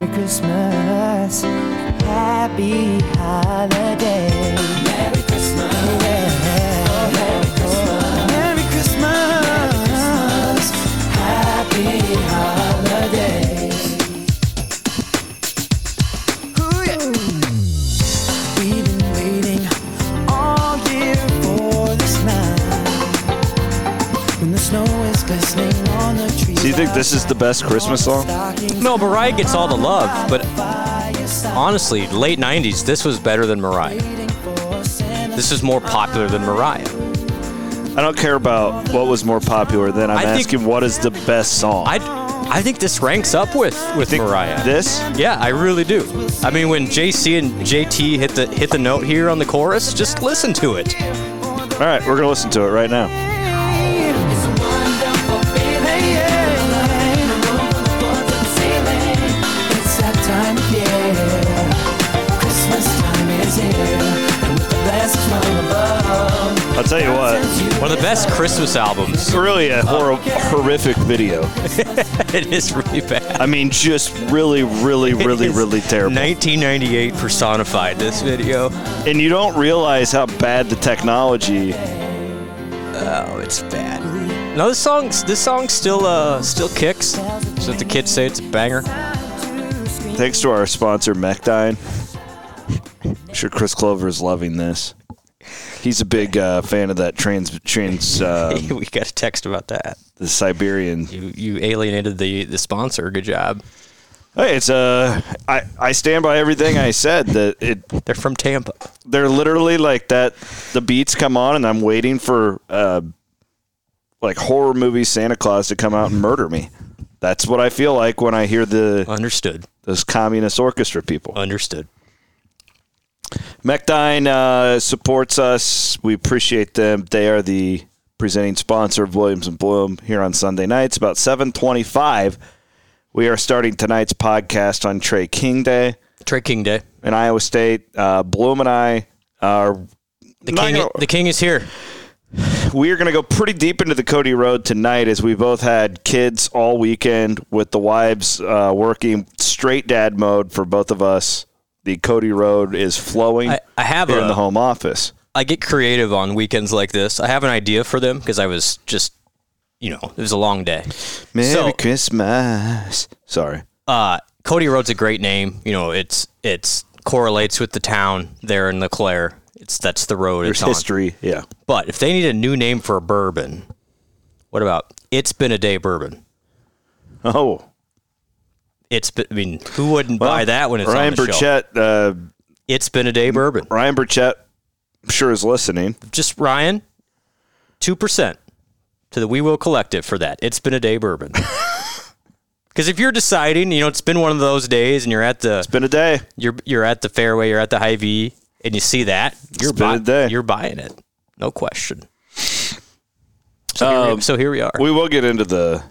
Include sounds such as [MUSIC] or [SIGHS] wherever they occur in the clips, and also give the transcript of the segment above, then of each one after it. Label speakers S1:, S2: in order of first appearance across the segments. S1: Merry Christmas, happy holiday. Merry Christmas, yeah. Merry Christmas, Merry Christmas, happy holidays. Ooh, yeah. We've been waiting all year for this night. When the snow is glistening on the trees.
S2: Do you think this is the best Christmas song?
S3: No, Mariah gets all the love, but honestly, late 90s, this was better than Mariah. This is more popular than Mariah.
S2: I don't care about what was more popular then. I'm
S3: I think-
S2: asking what is the best song.
S3: I, I think this ranks up with, with
S2: think
S3: Mariah.
S2: this.
S3: yeah, I really do. I mean, when JC and JT hit the hit the note here on the chorus, just listen to it.
S2: All right, we're gonna listen to it right now. I'll tell you what.
S3: One of the best Christmas albums. [LAUGHS]
S2: It's really a hor- horrific video.
S3: it is really bad.
S2: I mean, just really, really, really,
S3: [LAUGHS] It is
S2: really terrible.
S3: 1998 personified this video.
S2: and you don't realize how bad the technology.
S3: Oh, it's bad. No, this song this song still uh still kicks. So if the kids say it's a banger.
S2: Thanks to our sponsor, Mechdyne. I'm sure Chris Clover is loving this. He's a big uh, fan of that trans trans uh,
S3: [LAUGHS] we got a text about that.
S2: the Siberian.
S3: You you alienated the the sponsor. Good job.
S2: Hey, it's uh, I I stand by everything I said. That it
S3: They're from Tampa.
S2: they're literally like that. The beats come on, and I'm waiting for uh, like horror movie Santa Claus to come out and murder me. That's what I feel like when I hear the
S3: Understood.
S2: those communist orchestra people.
S3: Understood.
S2: Mechdyne uh, supports us. We appreciate them. They are the presenting sponsor of Williams and Bloom here on Sunday nights about 7:25. We are starting tonight's podcast on Trey King Day
S3: Trey King Day.
S2: in Iowa State. Uh, Bloom and I are
S3: The
S2: Not
S3: king.
S2: gonna-
S3: The king is here.
S2: we are going to go pretty deep into the Cody Road tonight as we both had kids all weekend with the wives uh, working straight dad mode for both of us. The Cody Road is flowing
S3: I- I have
S2: here in
S3: a-
S2: the home office.
S3: I get creative on weekends like this. I have an idea for them because I was just, you know, it was a long day.
S2: Merry
S3: So-
S2: Christmas. Sorry.
S3: Uh, Cody Road's a great name. You know, it's it's correlates with the town there in Leclaire. It's that's the road.
S2: There's
S3: it's on.
S2: history. Yeah.
S3: But if they need a new name for a bourbon, what about it's been a day bourbon?
S2: Oh.
S3: It's been, I mean, who wouldn't buy
S2: Well,
S3: that when it's
S2: Ryan
S3: on the shelf?
S2: Burchett. Uh,
S3: It's been a day bourbon.
S2: Ryan Burchett I'm sure is listening.
S3: Just Ryan, two percent to the We Will Collective for that. It's been a day bourbon. [LAUGHS] Because if you're deciding, you know, it's been one of those days, and you're at the
S2: It's been a day.
S3: you're you're at the fairway, you're at the high V, and you see that you're
S2: been a
S3: bu-
S2: day.
S3: you're buying it, no question. So, here, we, Um, so here we are.
S2: Um, We will get into the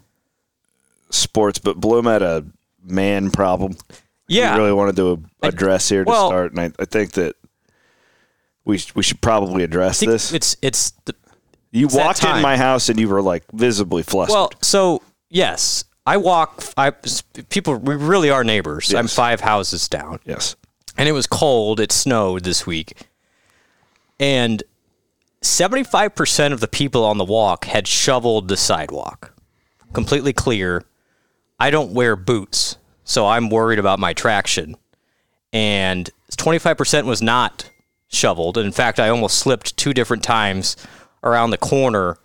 S2: sports, but Bloom had a man problem.
S3: yeah,
S2: we really wanted to address here to
S3: well-
S2: start, and I, I think that we sh- we should probably address
S3: I think
S2: this.
S3: it's it's the,
S2: You
S3: that
S2: walked in
S3: time.
S2: my house and you were like visibly flustered.
S3: Well, so yes, I walk. I people. We really are neighbors. I'm
S2: Yes.
S3: five houses down,
S2: yes,
S3: and it was cold. It snowed this week, and seventy five percent of the people on the walk had shoveled the sidewalk, completely clear. I don't wear boots, so I'm worried about my traction. And 25% was not shoveled. In fact, I almost slipped two different times around the corner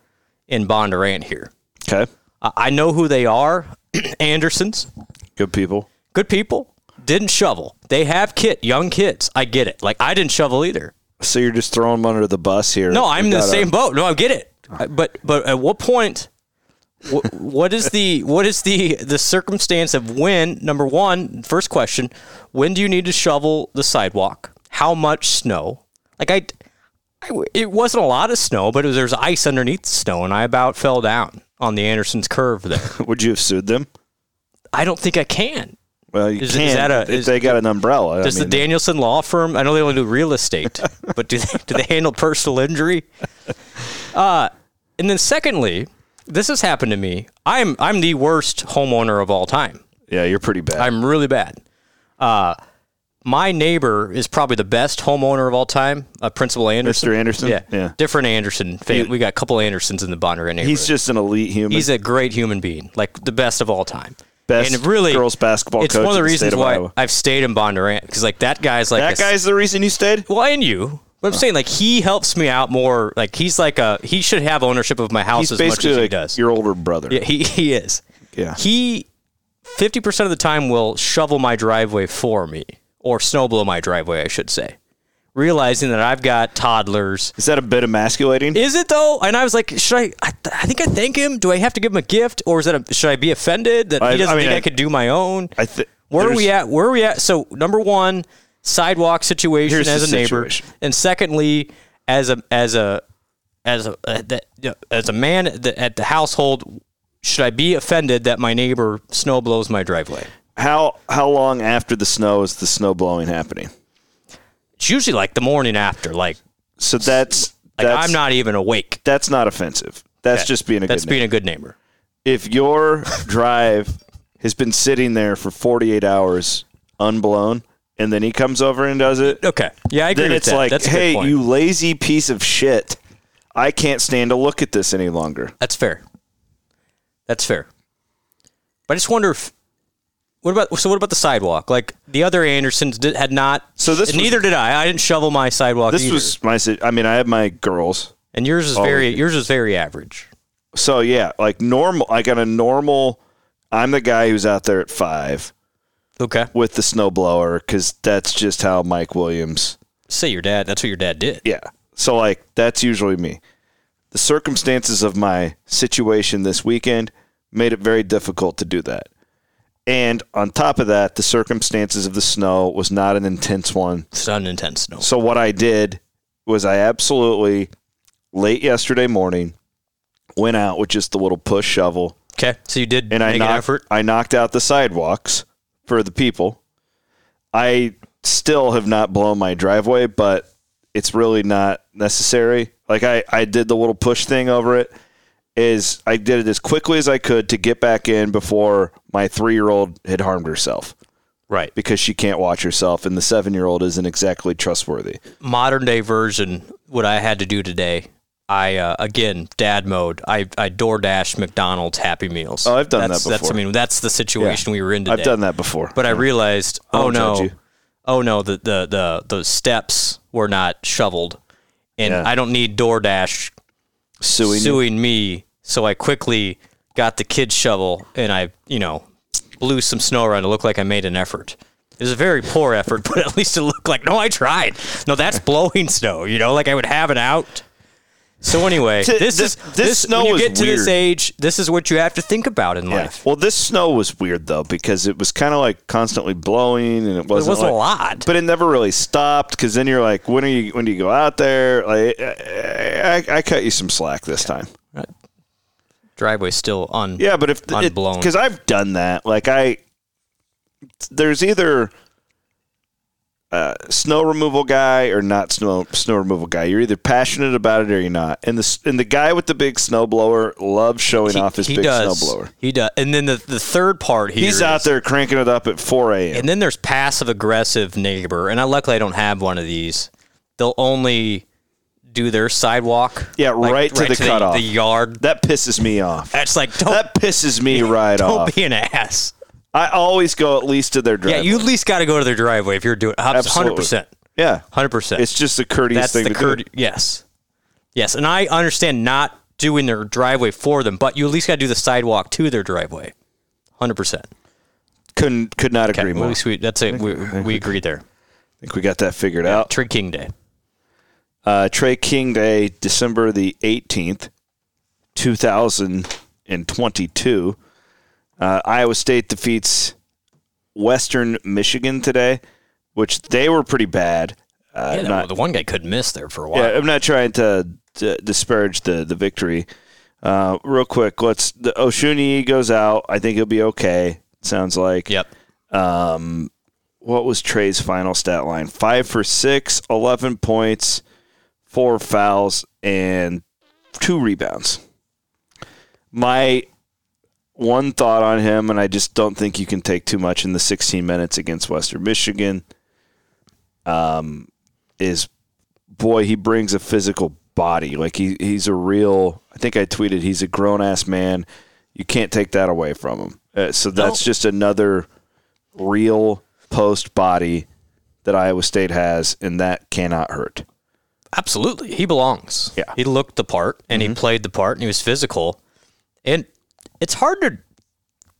S3: in Bondurant here.
S2: Okay.
S3: I- I know who they are [CLEARS THROAT] Andersons,
S2: Good people.
S3: good people, didn't shovel. They have kit, young kids. I get it. Like, I didn't shovel either.
S2: So you're just throwing them under the bus here.
S3: No, I'm in the
S2: Without a-
S3: same boat. No, I get it. I- But but at what point? What, what is the what is the the circumstance of when? Number one, first question: When do you need to shovel the sidewalk? How much snow? Like I, I w- it wasn't a lot of snow, but it was, there was ice underneath the snow, and I about fell down on the Anderson's curve there.
S2: [LAUGHS] Would you have sued them?
S3: I don't think I can.
S2: Well, you
S3: Is- is
S2: can't.
S3: that a-
S2: if
S3: is-
S2: they got an umbrella. I
S3: Does
S2: mean,
S3: the Danielson law firm? I know they only do
S2: [LAUGHS]
S3: real estate, but do they, do they handle personal injury? Uh, and then secondly, this has happened to me. I'm I'm the worst homeowner of all time.
S2: yeah, you're pretty bad.
S3: I'm really bad. Uh, my neighbor is probably the best homeowner of all time, uh, Principal Anderson.
S2: Mr. Anderson?
S3: Yeah.
S2: Yeah.
S3: Different Anderson. Fam- we got a couple Andersons in the Bonner neighborhood.
S2: He's just an elite human.
S3: He's a great human being, like the best of all time.
S2: Best
S3: and really,
S2: girls basketball
S3: It's
S2: coach
S3: one of the
S2: in the state
S3: reasons
S2: of
S3: why
S2: Iowa.
S3: I've stayed in Bondurant because like that guy's like a
S2: that
S3: s-
S2: guy's the reason you stayed.
S3: Well, and you. But I'm saying like he helps me out more. Like he's like a he should have ownership of my house
S2: He's
S3: as much as
S2: basically
S3: he
S2: like
S3: does.
S2: your older brother.
S3: Yeah, he he is.
S2: Yeah.
S3: He fifty percent of the time will shovel my driveway for me or snow blow my driveway, I should say. Realizing that I've got toddlers.
S2: Is that a bit emasculating?
S3: Is it though? And I was like, should I? I, th- I think I thank him. Do I have to give him a gift, or is that a, should I be offended that
S2: I-
S3: he doesn't
S2: I mean,
S3: think I,
S2: I-
S3: could do my own?
S2: I thi-
S3: Where are
S2: there's-
S3: we at? Where are we at? So number one, sidewalk situation
S2: Here's
S3: as a
S2: the
S3: neighbor,
S2: situation.
S3: and secondly, as a as a as a uh, that, you know, as a man at the, at the household, should I be offended that my neighbor snow blows my driveway?
S2: How how long after the snow is the snow blowing happening?
S3: It's usually like the morning after, like
S2: So that's
S3: like
S2: that's
S3: I'm not even awake.
S2: that's not offensive. That's just being a
S3: That's
S2: good
S3: being
S2: neighbor.
S3: a good neighbor.
S2: if your drive has been sitting there for 48 hours unblown and then he comes over and does it,
S3: Okay, yeah, I agree
S2: then
S3: with
S2: it's
S3: that.
S2: like,
S3: That's a good
S2: "Hey,
S3: point.
S2: you lazy piece of shit. I can't stand to look at this any longer."
S3: That's fair. That's fair. But I just wonder if what about so what about the sidewalk? Like the other Andersons did, had not.
S2: So this
S3: and
S2: was-
S3: neither did I. I didn't shovel my sidewalk.
S2: This
S3: either.
S2: was my si- I mean, I have my girls.
S3: and yours is
S2: Oh,
S3: very
S2: okay.
S3: yours is very average.
S2: So yeah, like normal like on a normal I'm the guy who's out there at 5
S3: Okay,
S2: with the snowblower cuz that's just how Mike Williams
S3: say your dad. That's what your dad did.
S2: Yeah. So like that's usually me. The circumstances of my situation this weekend made it very difficult to do that. And on top of that, the circumstances of the snow was not an intense one.
S3: It's not an intense no.
S2: So what I did was I absolutely late yesterday morning went out with just the little push shovel
S3: Okay, so you did
S2: and
S3: make
S2: I knocked,
S3: an effort.
S2: I knocked out the sidewalks for the people. I still have not blown my driveway, but it's really not necessary. Like I, I did the little push thing over it. Is I did it as quickly as I could to get back in before my three year old had harmed herself
S3: Right,
S2: because she can't watch herself and the seven year old isn't exactly trustworthy.
S3: modern day version. What I had to do today. I uh, again dad mode. I I DoorDash McDonald's Happy Meals.
S2: Oh, I've done that
S3: that's, That's I
S2: before.
S3: mean that's the situation we were in today.
S2: I've done that before.
S3: But I realized,
S2: I
S3: oh
S2: won't judge
S3: no,
S2: you.
S3: oh no, the the the those steps were not shoveled, and
S2: Yeah.
S3: I don't need DoorDash
S2: suing, you.
S3: suing me. So I quickly got the kid shovel and I, you know, blew some snow around to look like I made an effort. It was a very poor [LAUGHS] effort, but at least it looked like no, I tried.
S2: [LAUGHS]
S3: No, that's blowing snow. You know, like I would have it out. So
S2: [LAUGHS]
S3: anyway,
S2: Th-
S3: this
S2: th-
S3: is
S2: this
S3: this.
S2: snow
S3: when you
S2: is
S3: get to this
S2: weird.
S3: age, this is what you have to think about in
S2: Yeah.
S3: life.
S2: Well, this snow was weird though because it was kind of like constantly blowing and it
S3: It
S2: wasn't,
S3: wasn't a
S2: like-
S3: lot.
S2: but it never really stopped because then you're like, when are you when do you go out there? Like, I, I, I cut you some slack this time.
S3: Driveway's still on.
S2: Yeah, but if
S3: Unblown.
S2: because I've done that, like I there's either uh, snow removal guy or not snow snow removal guy. You're either passionate about it or you're not. And the s- and the guy with the big snow blower loves showing off his big snow blower.
S3: He does. And then the, the third part here
S2: He's out
S3: is-
S2: there cranking it up at 4 a.m.
S3: And then there's passive aggressive neighbor. And I luckily I don't have one of these. They'll only do their sidewalk.
S2: Yeah,
S3: like,
S2: right to the cutoff.
S3: The, yard.
S2: That pisses me off.
S3: That's like don't
S2: That pisses me right
S3: don't
S2: off.
S3: be an ass.
S2: I always go at least to their driveway.
S3: Yeah, you at least got to go to their driveway if you're doing uh, hundred percent,
S2: Yeah.
S3: hundred percent.
S2: It's just the courteous
S3: That's
S2: thing
S3: the
S2: to
S3: curd.
S2: do.
S3: Yes, yes, and I understand not doing their driveway for them, but you at least got to do the sidewalk to their driveway, hundred percent.
S2: Couldn't could not agree more.
S3: Well, we, that's it. We, we agree there.
S2: I think we got that figured out.
S3: Tree King Day.
S2: Uh, Trey King Day, December the 18th, 2022. Uh, Iowa State defeats Western Michigan today, which they were pretty bad. Uh,
S3: yeah,
S2: not-
S3: the one guy could miss there for a while.
S2: yeah, I'm not trying to d- disparage the, the victory. Uh, real quick, let's. The Oshuni goes out. I think he'll be okay. Sounds like.
S3: Yep.
S2: what was Trey's final stat line? Five for six, 11 points, four fouls, and two rebounds. My one thought on him, and I just don't think you can take too much in the 16 minutes against Western Michigan, um, is boy, he brings a physical body. Like he, he's a real, I think I tweeted, he's a grown ass man. You can't take that away from him. Uh, so that's just another real post body that Iowa State has, and that cannot hurt.
S3: Absolutely. He belongs.
S2: Yeah. Mm-hmm.
S3: He looked the part and he played the part and he was physical. And it's hard to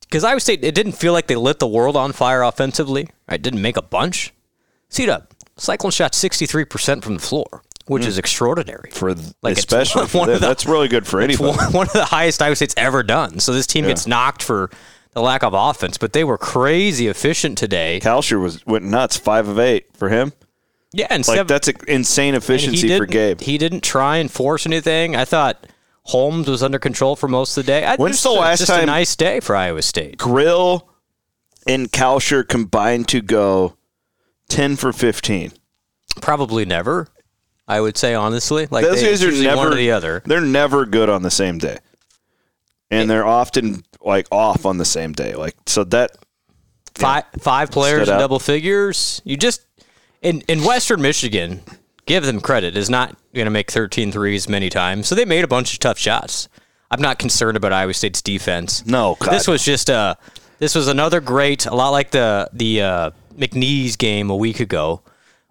S3: because Iowa State it didn't feel like they lit the world on fire offensively. Right? Didn't make a bunch. See up. Cyclone shot sixty three percent from the floor, which is extraordinary.
S2: Mm. For th-
S3: Like, it's
S2: especially
S3: one-
S2: for
S3: one
S2: them.
S3: of the-
S2: that's really good for
S3: [LAUGHS] It's
S2: anybody.
S3: one, one of the highest Iowa State's ever done. So this team gets knocked for the lack of offense, but they were crazy efficient today.
S2: Kalsher was went nuts, five of eight for him.
S3: Yeah, and
S2: Like
S3: seven,
S2: that's a, insane
S3: And
S2: efficiency
S3: he
S2: for
S3: didn't-
S2: Gabe.
S3: He didn't try and force anything. I thought Holmes was under control for most of the day. I,
S2: When's
S3: just-
S2: the last
S3: just
S2: time-
S3: a nice day for Iowa State.
S2: Grill and Kalsher combined to go ten for fifteen.
S3: Probably never. I would say honestly, like
S2: Those
S3: they,
S2: guys are
S3: usually
S2: never
S3: one or the other.
S2: They're never good on the same day, and they're often like off on the same day. Like so that
S3: Five five players
S2: Stood
S3: in
S2: out.
S3: double figures. You just in in Western Michigan, give them credit is not going to make 13 threes many times. So they made a bunch of tough shots. I'm not concerned about Iowa State's defense.
S2: No, God,
S3: this was just a this was another great a lot like the the uh, McNeese game a week ago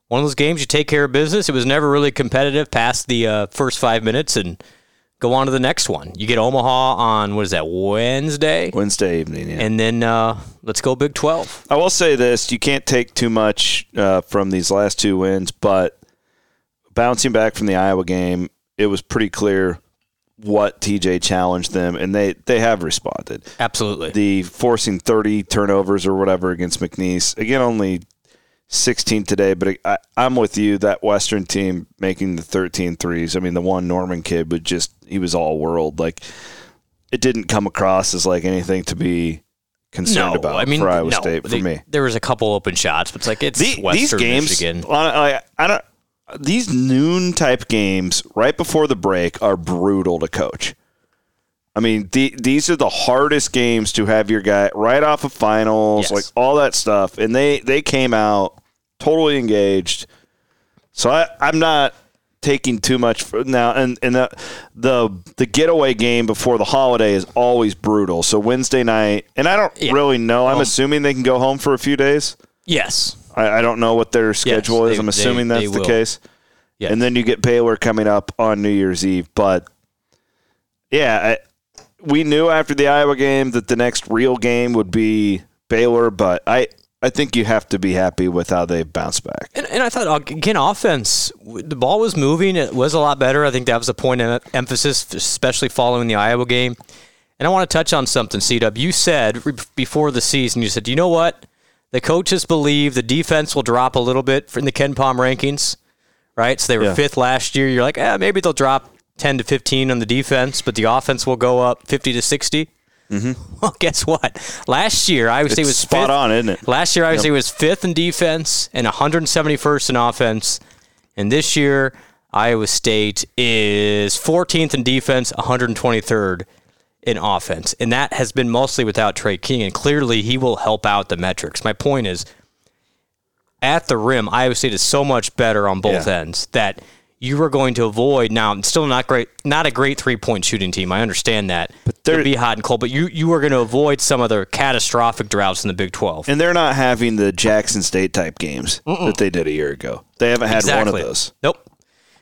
S3: one of those games you take care of business it was never really competitive past the uh, first five minutes and go on to the next one you get Omaha on what is that Wednesday
S2: Wednesday evening. Yeah.
S3: and then uh, let's go Big 12
S2: I will say this: you can't take too much uh, from these last two wins, but bouncing back from the Iowa game, it was pretty clear what TJ challenged them, and they they have responded.
S3: absolutely
S2: The forcing thirty turnovers or whatever against McNeese again, only sixteen today. But I, I'm with you that Western team making the 13 threes. I mean, the one Norman kid was just he was all world. Like it didn't come across as like anything to be concerned about for Iowa
S3: no.
S2: State for
S3: They-
S2: me.
S3: There was a couple open shots, but it's like it's
S2: The-
S3: Western
S2: these games,
S3: Michigan.
S2: on- I, I don't. These noon type games right before the break are brutal to coach. I mean, the, these are the hardest games to have your guy right off of finals,
S3: Yes.
S2: like all that stuff, and they they came out totally engaged. So I, I'm not taking too much for now, and and the, the the getaway game before the holiday is always brutal. So Wednesday night, and I don't
S3: Yeah.
S2: really know. I'm assuming they can go home for a few days.
S3: Yes,
S2: I, I don't know what their schedule
S3: they-
S2: is. I'm
S3: they-
S2: assuming
S3: they
S2: that's the
S3: will.
S2: case.
S3: Yes.
S2: And then you get Baylor coming up on New Year's Eve. But yeah, I, we knew after the Iowa game that the next real game would be Baylor. But I, I think you have to be happy with how they bounced back.
S3: And, and I thought uh, again, offense. w- The ball was moving. It was a lot better. I think that was the point of emphasis, especially following the Iowa game. And I want to touch on something, C Dub. You said re- before the season, you said, you know what? The coaches believe the defense will drop a little bit in the Ken Palm rankings, right? So they were
S2: Yeah.
S3: fifth last year. You're like, eh, maybe they'll drop 10 to 15 on the defense, but the offense will go up 50 to 60. [LAUGHS] Well, guess what? Last year, Iowa State
S2: It's
S3: was
S2: spot
S3: fifth.
S2: on, isn't it?
S3: Last year, Iowa State was fifth in defense and 171st in offense. And this year, Iowa State is 14th in defense, 123rd in offense. And that has been mostly without Trey King. And clearly, he will help out the metrics. My point is, at the rim, Iowa State is so much better on both
S2: Yeah.
S3: ends that you are going to avoid now it's still not great not a great three point shooting team. I understand that. But
S2: they're-
S3: they'll be hot and cold, but you you are going to avoid some of the catastrophic droughts in the Big 12.
S2: And they're not having the Jackson State type games that they did a year ago. They haven't had one of those.
S3: Nope.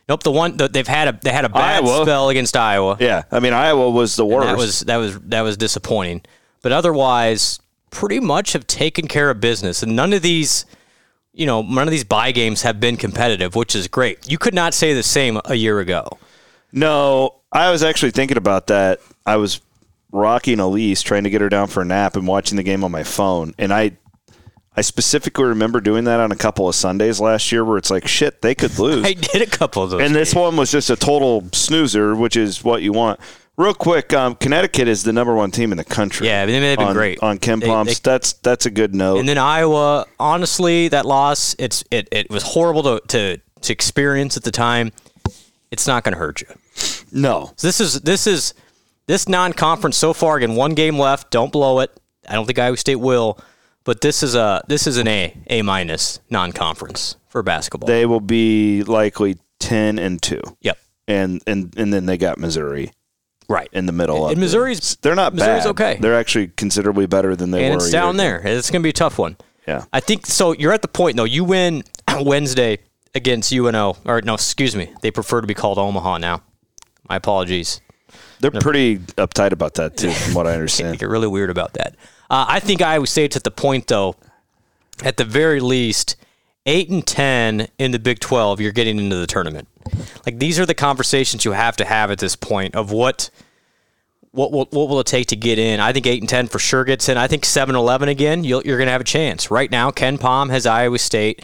S3: Nope, the one that they've had a they had a bad
S2: Iowa.
S3: spell against Iowa.
S2: Yeah, I mean Iowa was the worst.
S3: That was that was that was disappointing. But otherwise, pretty much have taken care of business, and none of these, you know, none of these buy games have been competitive, which is great. You could not say the same a year ago.
S2: no, I was actually thinking about that. I was rocking Elise, trying to get her down for a nap, and watching the game on my phone. And I, I specifically remember doing that on a couple of Sundays last year, where it's like, shit, they could lose.
S3: [LAUGHS] I did a couple of those.
S2: and this
S3: games.
S2: one was just a total snoozer, which is what you want. Real quick, um, Connecticut is the number one team in the country.
S3: Yeah, I mean, they've been
S2: on,
S3: great.
S2: on Ken
S3: They-
S2: Palms.
S3: they-
S2: that's that's a good note.
S3: and then Iowa, honestly, that loss, it's it, it was horrible to, to to experience at the time. It's not going to hurt you.
S2: no,
S3: So this is this is this non-conference so far. Again, one game left. Don't blow it. I don't think Iowa State will, but this is a this is an A A minus non-conference for basketball.
S2: they will be likely ten and two,
S3: yep,
S2: and and and then they got Missouri
S3: right.
S2: in the middle.
S3: And
S2: of the-
S3: Missouri's-
S2: they're not
S3: Missouri's
S2: bad.
S3: okay.
S2: They're actually considerably better than they
S3: and
S2: were.
S3: it's
S2: a year
S3: down
S2: ago.
S3: there. It's going to be a tough one.
S2: Yeah.
S3: I think so. You're at the point though. You win [CLEARS THROAT] Wednesday against UNO, or no, excuse me. They prefer to be called Omaha now. My apologies.
S2: They're pretty uptight about that too, from
S3: [LAUGHS]
S2: what I understand.
S3: Get really weird about that. Uh, I think Iowa State's at the point though, at the very least, eight and ten in the Big Twelve, you're getting into the tournament. Like these are the conversations you have to have at this point of what what will, what will it take to get in? I think eight and ten for sure gets in. I think seven eleven again, you'll, you're going to have a chance. Right now, Ken Palm has Iowa State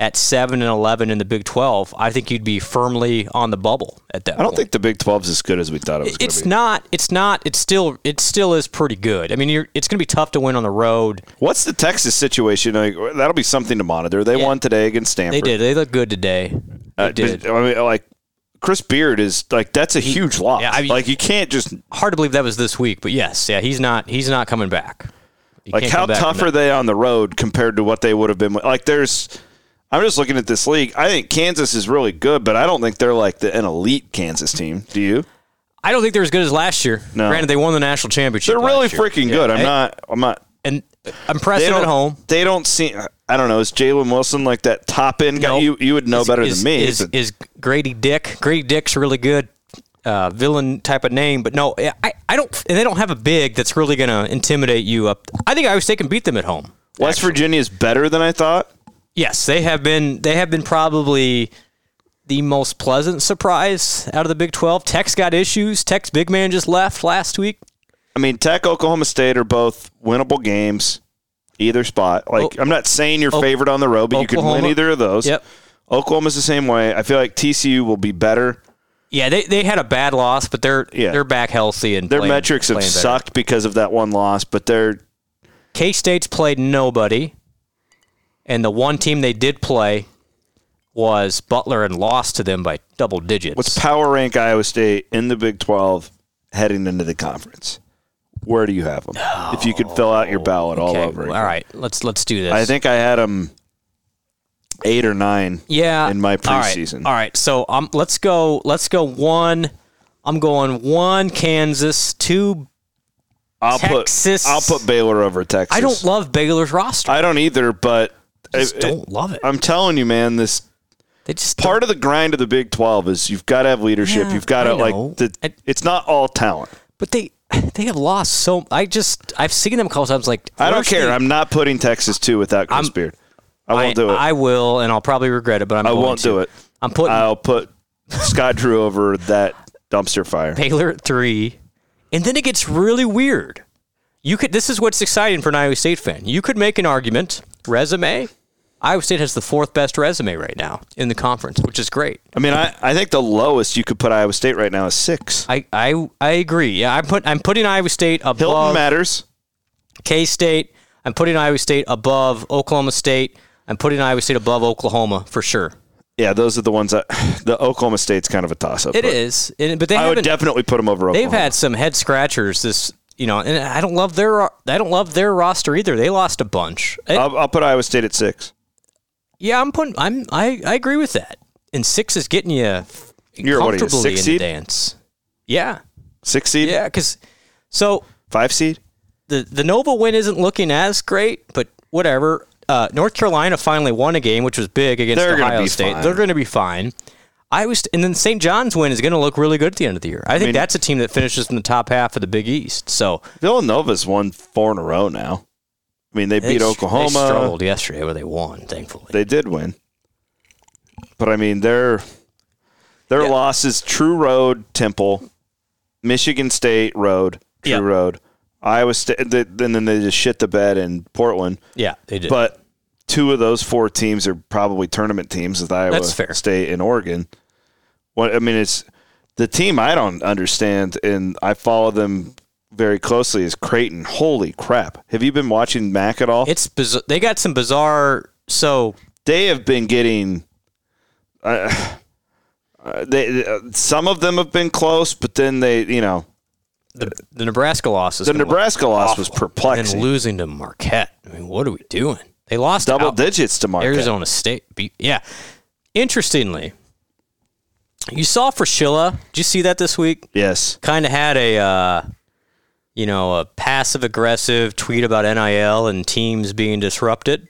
S3: at seven and eleven in the Big Twelve. I think you'd be firmly on the bubble at that.
S2: I don't
S3: point
S2: think the Big 12's as good as we thought it was.
S3: it's
S2: gonna be.
S3: not it's not it's still it still is pretty good i mean you're, it's going to be tough to win on the road
S2: What's the Texas situation? Like, that'll be something to monitor. They won today against Stanford.
S3: they did they look good today they
S2: Uh,
S3: did
S2: but, I mean, like Chris Beard is like that's a huge loss.
S3: Yeah, I mean-
S2: like you can't just
S3: hard to believe that was this week but yes yeah he's not he's not coming back You
S2: like
S3: can't
S2: how
S3: come back from
S2: tough are
S3: that.
S2: they on the road compared to what they would have been. Like there's, I'm just looking at this league. I think Kansas is really good, but I don't think they're like the, an elite Kansas team. Do you?
S3: i don't think they're as good as last year
S2: No.
S3: granted they won the national championship
S2: They're really
S3: last year.
S2: freaking good. I'm not. I'm not.
S3: and
S2: They
S3: impressive
S2: don't.
S3: at home
S2: They don't seem. I don't know. Is Jalen Wilson like that top end guy?
S3: Nope.
S2: You you would know
S3: Is-
S2: better
S3: is,
S2: than me.
S3: Is,
S2: but-
S3: is Grady Dick? Grady Dick's really good uh, villain type of name, but no, I, I don't. And they don't have a big that's really going to intimidate you up. I think Iowa State can beat them at home.
S2: West Virginia is better than I thought.
S3: Yes, they have been. They have been probably the most pleasant surprise out of the Big Twelve. Tech's got issues. Tech's big man just left last week.
S2: I mean, Tech, Oklahoma State are both winnable games, either spot. Like,
S3: Oh.
S2: I'm not saying you're
S3: Oh.
S2: favored on the road, but you can
S3: Oklahoma.
S2: win either of those.
S3: Yep.
S2: Oklahoma's the same way. I feel like TCU will be better.
S3: Yeah, they, they had a bad loss, but they're
S2: Yeah.
S3: they're back healthy and
S2: Their
S3: playing-
S2: metrics have
S3: playing better.
S2: sucked because of that one loss, but they're
S3: K State's played nobody, and the one team they did play was Butler and lost to them by double digits.
S2: what's power rank Iowa State in the Big 12 heading into the conference? Where do you have them? If you could fill out your ballot all
S3: Okay,
S2: over. again.
S3: All right, let's let's do this.
S2: I think I had them eight or nine.
S3: yeah
S2: in my
S3: all right,
S2: preseason.
S3: All right, so um, let's go. Let's go one. I'm going one Kansas, two.
S2: I'll
S3: Texas.
S2: put I'll put Baylor over Texas.
S3: I don't love Baylor's roster. I
S2: I don't either, but
S3: just
S2: it- it-
S3: don't love it.
S2: I'm telling you, man, this
S3: they just
S2: part of the grind of the Big 12 is you've got to have leadership.
S3: Yeah,
S2: you've got
S3: I
S2: to,
S3: know.
S2: like, the,
S3: I-
S2: it's not all talent.
S3: but they they have lost so. I just I've seen them a couple times. Like
S2: I don't
S3: where's the-
S2: care. I'm not putting Texas 2 without Chris
S3: I'm-
S2: Beard. I won't
S3: I,
S2: do it. I,
S3: I will, and I'll probably regret it. But I'm. going
S2: won't
S3: to.
S2: do it.
S3: I'm putting
S2: I'll put Scott Drew over that dumpster fire.
S3: Baylor at three, and then it gets really weird. You could. This is what's exciting for an Iowa State fan. You could make an argument. Resume. Iowa State has the fourth best resume right now in the conference, which is great.
S2: I mean, I, I think the lowest you could put Iowa State right now is six.
S3: I I, I agree. Yeah, I'm put I'm putting Iowa State
S2: Hilton
S3: above
S2: matters.
S3: K State. I'm putting Iowa State above Oklahoma State. I'm putting Iowa State above Oklahoma for sure.
S2: Yeah, those are the ones that [SIGHS] the Oklahoma State's kind of a toss up.
S3: It is, and- but they
S2: I would
S3: haven't-
S2: definitely put them over Oklahoma.
S3: They've had some head scratchers this, you know, and I don't love their I don't love their roster either. They lost a bunch. It-
S2: Oh. I'll, I'll put Iowa State at six.
S3: yeah, I'm putting I'm I, I agree with that. and six is getting you
S2: You're what are you,
S3: comfortably
S2: six
S3: in the
S2: seed?
S3: dance. Yeah,
S2: Six seed,
S3: yeah. Because so
S2: five seed.
S3: the the Nova win isn't looking as great, but whatever. Uh, North Carolina finally won a game, which was big against
S2: They're gonna
S3: Ohio
S2: be
S3: State.
S2: fine.
S3: They're going to be fine. I was, and then St. John's win is going to look really good at the end of the year. I think
S2: mean-
S3: that's a team that finishes in the top half of the Big East. So
S2: Villanova's won four in a row now. I mean, they, beat
S3: they,
S2: Oklahoma.
S3: They struggled yesterday, where they won, thankfully.
S2: They did win, but I mean, their their
S3: Yeah.
S2: losses: True Road, Temple, Michigan State Road, True
S3: Yeah.
S2: Road, Iowa State. th- Then then they just shit the bed in Portland.
S3: yeah, they did.
S2: But two of those four teams are probably tournament teams with Iowa
S3: That's fair.
S2: State and Oregon. What I mean, it's the team I don't understand, and I follow them very closely is Creighton. Holy crap! Have you been watching Mac at all?
S3: it's bizarre. They got some bizarre. So
S2: they have been getting. Uh, [SIGHS] uh, they uh, some of them have been close, but then they, you know,
S3: the, the Nebraska loss is
S2: the
S3: gonna look
S2: Nebraska loss was
S3: awful.
S2: perplexing.
S3: And losing to Marquette. I mean, what are we doing? They lost
S2: Double
S3: out-
S2: digits to Marquette.
S3: Arizona State beat. Yeah. Interestingly, you saw Fraschilla. Did you see that this week?
S2: Yes,
S3: Kind of had a, uh, you know, a passive aggressive tweet about NIL and teams being disrupted.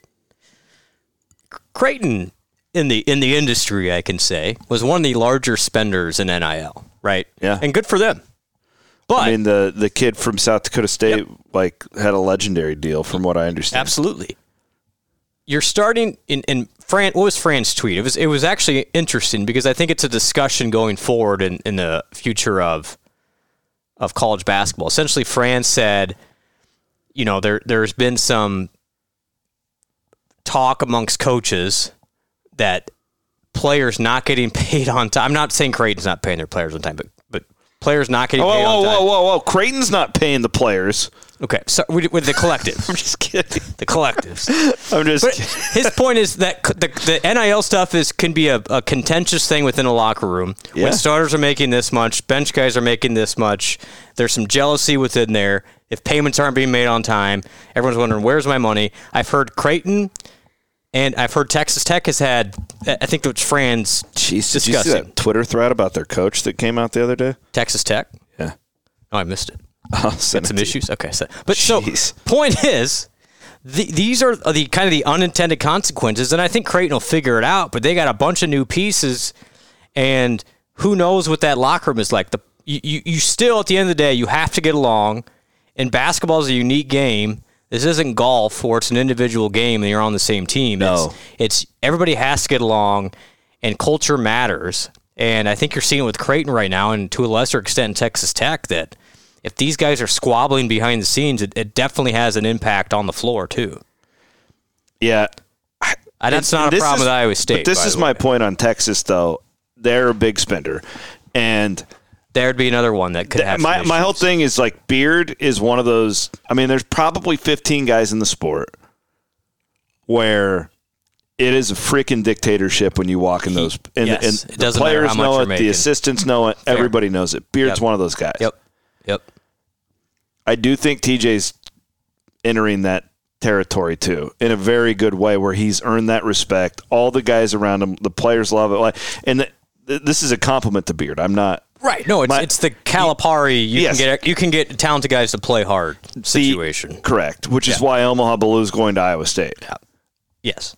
S3: Creighton in the in the industry, I can say, was one of the larger spenders in NIL. Right.
S2: Yeah.
S3: And good for them. But
S2: I mean the the kid from South Dakota State like had a legendary deal, from what I understand.
S3: Absolutely. You're starting in, in Fran. What was Fran's tweet? It was it was actually interesting because I think it's a discussion going forward in, in the future of of college basketball. Essentially, Fran said, you know, there there's been some talk amongst coaches that players not getting [LAUGHS] paid on time. I'm not saying Creighton's not paying their players on time, but but players not getting
S2: Whoa,
S3: paid
S2: whoa,
S3: on time.
S2: whoa, whoa, whoa! Creighton's not paying the players.
S3: Okay, so with with the collective, [LAUGHS]
S2: I'm just kidding.
S3: the collectives.
S2: [LAUGHS] I'm just.
S3: But
S2: kidding.
S3: his point is that c- the, the NIL stuff is can be a, a contentious thing within a locker room.
S2: Yeah.
S3: When starters are making this much, bench guys are making this much. There's some jealousy within there. If payments aren't being made on time, everyone's wondering where's my money. I've heard Creighton, and I've heard Texas Tech has had. I I think it's Fran's
S2: Jeez, did you see
S3: discussing
S2: that Twitter thread about their coach that came out the other day?
S3: Texas Tech.
S2: Yeah. [LAUGHS]
S3: Oh, I missed it.
S2: I'll send
S3: Got
S2: it to
S3: some
S2: you.
S3: issues. Okay, so but
S2: Jeez.
S3: so point is, the, these are the kind of the unintended consequences, and I think Creighton will figure it out. But they got a bunch of new pieces, and who knows what that locker room is like. The you, you, you still at the end of the day you have to get along, and basketball is a unique game. This isn't golf where it's an individual game and you're on the same team.
S2: No.
S3: It's, it's everybody has to get along, and culture matters. And I think you're seeing it with Creighton right now, and to a lesser extent Texas Tech that if these guys are squabbling behind the scenes, it, it definitely has an impact on the floor too.
S2: Yeah,
S3: And that's
S2: And-
S3: not
S2: and
S3: a
S2: this is-
S3: problem with Iowa State.
S2: But this
S3: by
S2: is
S3: the
S2: my
S3: way.
S2: point on Texas, though. They're a big spender, and
S3: There'd be another one that could
S2: th-
S3: have
S2: my
S3: some
S2: my whole
S3: issues.
S2: thing is like Beard is one of those. I mean, there's probably 15 guys in the sport where it is a freaking dictatorship when you walk in those. And,
S3: yes,
S2: and
S3: it
S2: the
S3: doesn't matter
S2: players
S3: how much
S2: know
S3: you're
S2: it,
S3: making.
S2: the assistants know it, everybody knows it. Beard's
S3: Yep.
S2: one of those guys.
S3: Yep. Yep.
S2: I do think TJ's entering that territory too in a very good way where he's earned that respect. All the guys around him, the players love it. Like, and th- th- this is a compliment to Beard. I'm not
S3: Right. No, it's
S2: My-
S3: it's the Calipari. You
S2: Yes.
S3: can get you can get talented guys to play hard
S2: the-
S3: situation.
S2: correct, which is why Omaha Baloo's going to Iowa State.
S3: yes.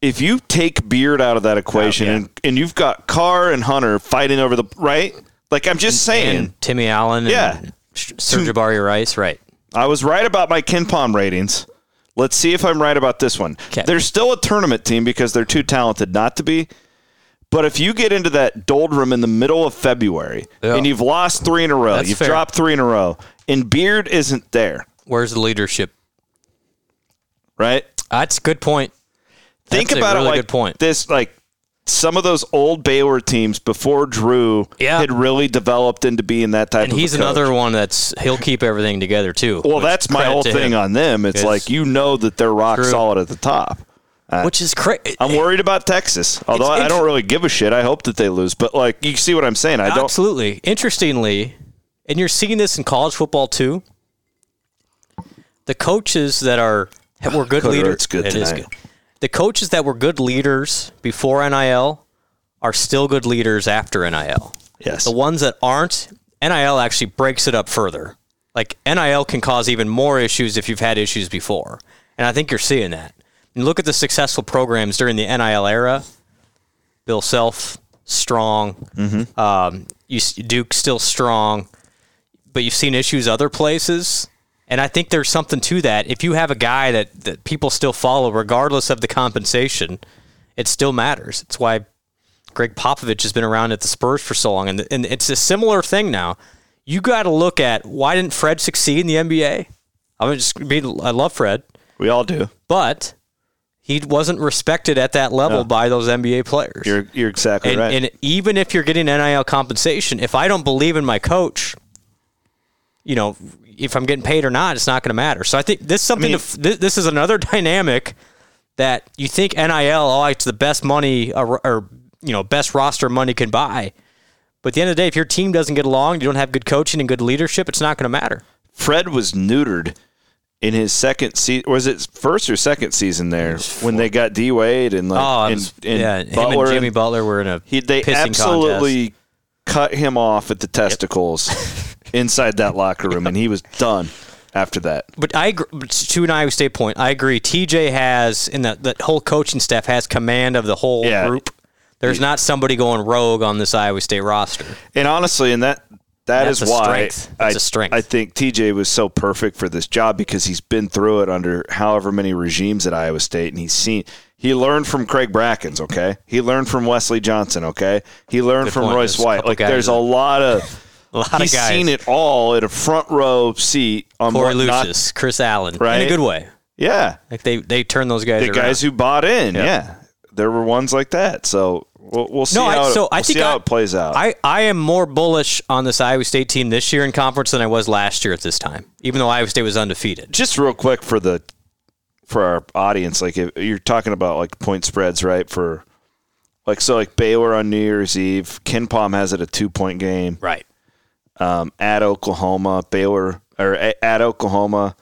S2: If you take Beard out of that equation
S3: Oh, yeah.
S2: and, and you've got Carr and Hunter fighting over the right, like I'm just saying,
S3: And Timmy Allen.
S2: Yeah.
S3: And Sh- Sir Jabari Rice. Right.
S2: I was right about my Ken Palm ratings. Let's see if I'm right about this one.
S3: 'Kay.
S2: They're still a tournament team because they're too talented not to be. But if you get into that doldrum in the middle of February
S3: Yeah.
S2: and you've lost three in a row,
S3: That's
S2: you've
S3: fair.
S2: dropped three in a row, and Beard isn't there,
S3: Where's the leadership?
S2: right?
S3: That's a good point.
S2: Think
S3: That's a
S2: about
S3: really
S2: it like
S3: good point.
S2: this, like some of those old Baylor teams before Drew
S3: Yeah.
S2: had really developed into being that type.
S3: And
S2: of a
S3: he's
S2: coach.
S3: another one that's he'll keep everything together too.
S2: Well,
S3: which
S2: that's my
S3: credit
S2: whole
S3: to
S2: thing
S3: him.
S2: on them. It's
S3: Yes.
S2: like you know that they're rock
S3: True.
S2: solid at the top.
S3: which is crazy.
S2: I'm worried about Texas. Although
S3: It's
S2: I don't really give a shit. I hope that they lose. But like you see what I'm saying. I don't
S3: Absolutely. Interestingly, and you're seeing this in college football too. The coaches that are that were good
S2: Coder,
S3: leaders.
S2: it's good
S3: It is
S2: tonight.
S3: The coaches that were good leaders before NIL are still good leaders after NIL.
S2: Yes.
S3: The ones that aren't, NIL actually breaks it up further. Like NIL can cause even more issues if you've had issues before. And I think you're seeing that. And look at the successful programs during the NIL era. Bill Self, strong. Um, you, s- Duke still strong, but you've seen issues other places. And I think there's something to that. If you have a guy that, that people still follow, regardless of the compensation, it still matters. It's why Greg Popovich has been around at the Spurs for so long, and and it's a similar thing now. You got to look at why didn't Fred succeed in the NBA? I'm just be. I love Fred,
S2: We all do.
S3: but he wasn't respected at that level by those NBA players.
S2: You're you're exactly
S3: and,
S2: right.
S3: and even if you're getting NIL compensation, if I don't believe in my coach, you know, if I'm getting paid or not, it's not going to matter. So I think this is something.
S2: mean-
S3: to f- this, this is another [LAUGHS] dynamic that you think NIL, oh, it's the best money or, or you know best roster money can buy. But at the end of the day, if your team doesn't get along, you don't have good coaching and good leadership, it's not going to matter.
S2: Fred was neutered in his second season. Was it first or second season there when they got D Wade and like
S3: Oh, it
S2: and,
S3: was-
S2: and
S3: yeah, him and Jimmy Butler were in a
S2: He, they
S3: pissing contest.
S2: absolutely cut him off at the testicles
S3: [LAUGHS]
S2: inside that locker room, and he was done after that.
S3: but I agr- but to an Iowa State point, I agree. TJ has and that that whole coaching staff has command of the whole
S2: Yeah.
S3: group. There's not somebody going rogue on this Iowa State roster.
S2: And honestly, and that that
S3: That's
S2: is
S3: a
S2: why
S3: strength.
S2: I,
S3: That's a strength.
S2: I think TJ was so perfect for this job because he's been through it under however many regimes at Iowa State, and he's seen. He learned from Craig Brackens, okay. He learned from Wesley Johnson, okay. He learned
S3: Good
S2: from
S3: point.
S2: Royce
S3: There's a
S2: White.
S3: couple
S2: Like
S3: guys
S2: there's a
S3: that-
S2: lot of.
S3: A [LAUGHS] lot
S2: he's
S3: of guys.
S2: seen it all at a front row seat on
S3: Corey
S2: what not-
S3: Lucis, Chris Allen, in
S2: Right?
S3: a good way.
S2: yeah,
S3: Like they they turn those guys.
S2: the guys who bought in. Yeah, there were ones like that. So we'll, we'll see
S3: No, I-
S2: how, it-
S3: so I
S2: we'll
S3: think
S2: see how
S3: I-
S2: it plays out.
S3: I, I am more bullish on this Iowa State team this year in conference than I was last year at this time, even though Iowa State was undefeated.
S2: just real quick for the for our audience, like if you're talking about like point spreads, right? For like so, like Baylor on New Year's Eve, Ken Palm has it a two point game
S3: Right.
S2: um, at Oklahoma. Baylor or a- at Oklahoma,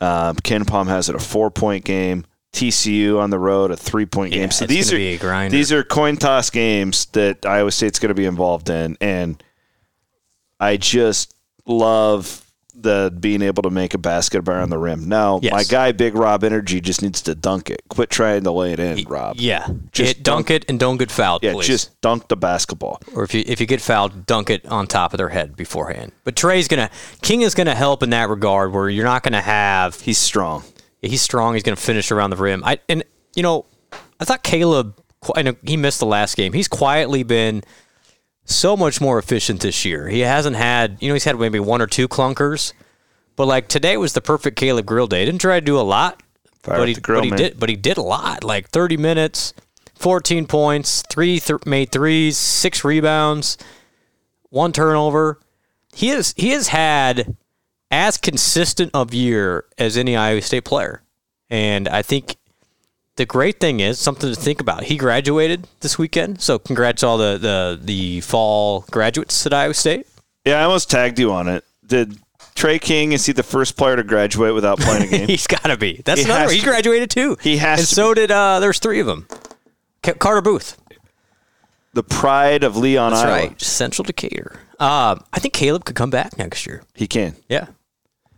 S2: um, Ken Palm has it a four point game. TCU on the road, a three point game. So
S3: it's
S2: these
S3: gonna be a
S2: are
S3: grinder.
S2: these are coin toss games that Iowa State's going to be involved in, and I just love the being able to make a basket around the rim. Now,
S3: Yes.
S2: my guy Big Rob Energy just needs to dunk it. Quit trying to lay it in, Rob.
S3: Yeah.
S2: Just
S3: Just dunk, it and don't get fouled,
S2: yeah,
S3: please.
S2: just dunk the basketball.
S3: or if you if you get fouled, dunk it on top of their head beforehand. But Trey's gonna King is gonna help in that regard, where you're not gonna have
S2: He's strong.
S3: he's strong, he's gonna finish around the rim. I and you know I thought Caleb, qui- I know he missed the last game. He's quietly been so much more efficient this year. He hasn't had you know he's had maybe one or two clunkers, but like today was the perfect Caleb Grill day. Didn't try to do a lot,
S2: Fire up
S3: but he
S2: the grill,
S3: but he
S2: man.
S3: did but he did a lot. Like 30 minutes, 14 points, three th- made threes, six rebounds, one turnover. He is he has had as consistent of year as any Iowa State player, and I think the great thing is something to think about. He graduated this weekend, so congrats to all the the the fall graduates at Iowa State.
S2: Yeah, I almost tagged you on it. Did Trey King is he the first player to graduate without playing a [LAUGHS] game?
S3: He's got to be. That's
S2: He
S3: another.
S2: has
S3: One. He
S2: to be.
S3: graduated too.
S2: He has
S3: And
S2: to
S3: so did uh, there's three of them. Ca- Carter Booth.
S2: the pride of Leon
S3: That's
S2: Iowa.
S3: right. Central Decatur. Um, I think Caleb could come back next year.
S2: He can.
S3: Yeah.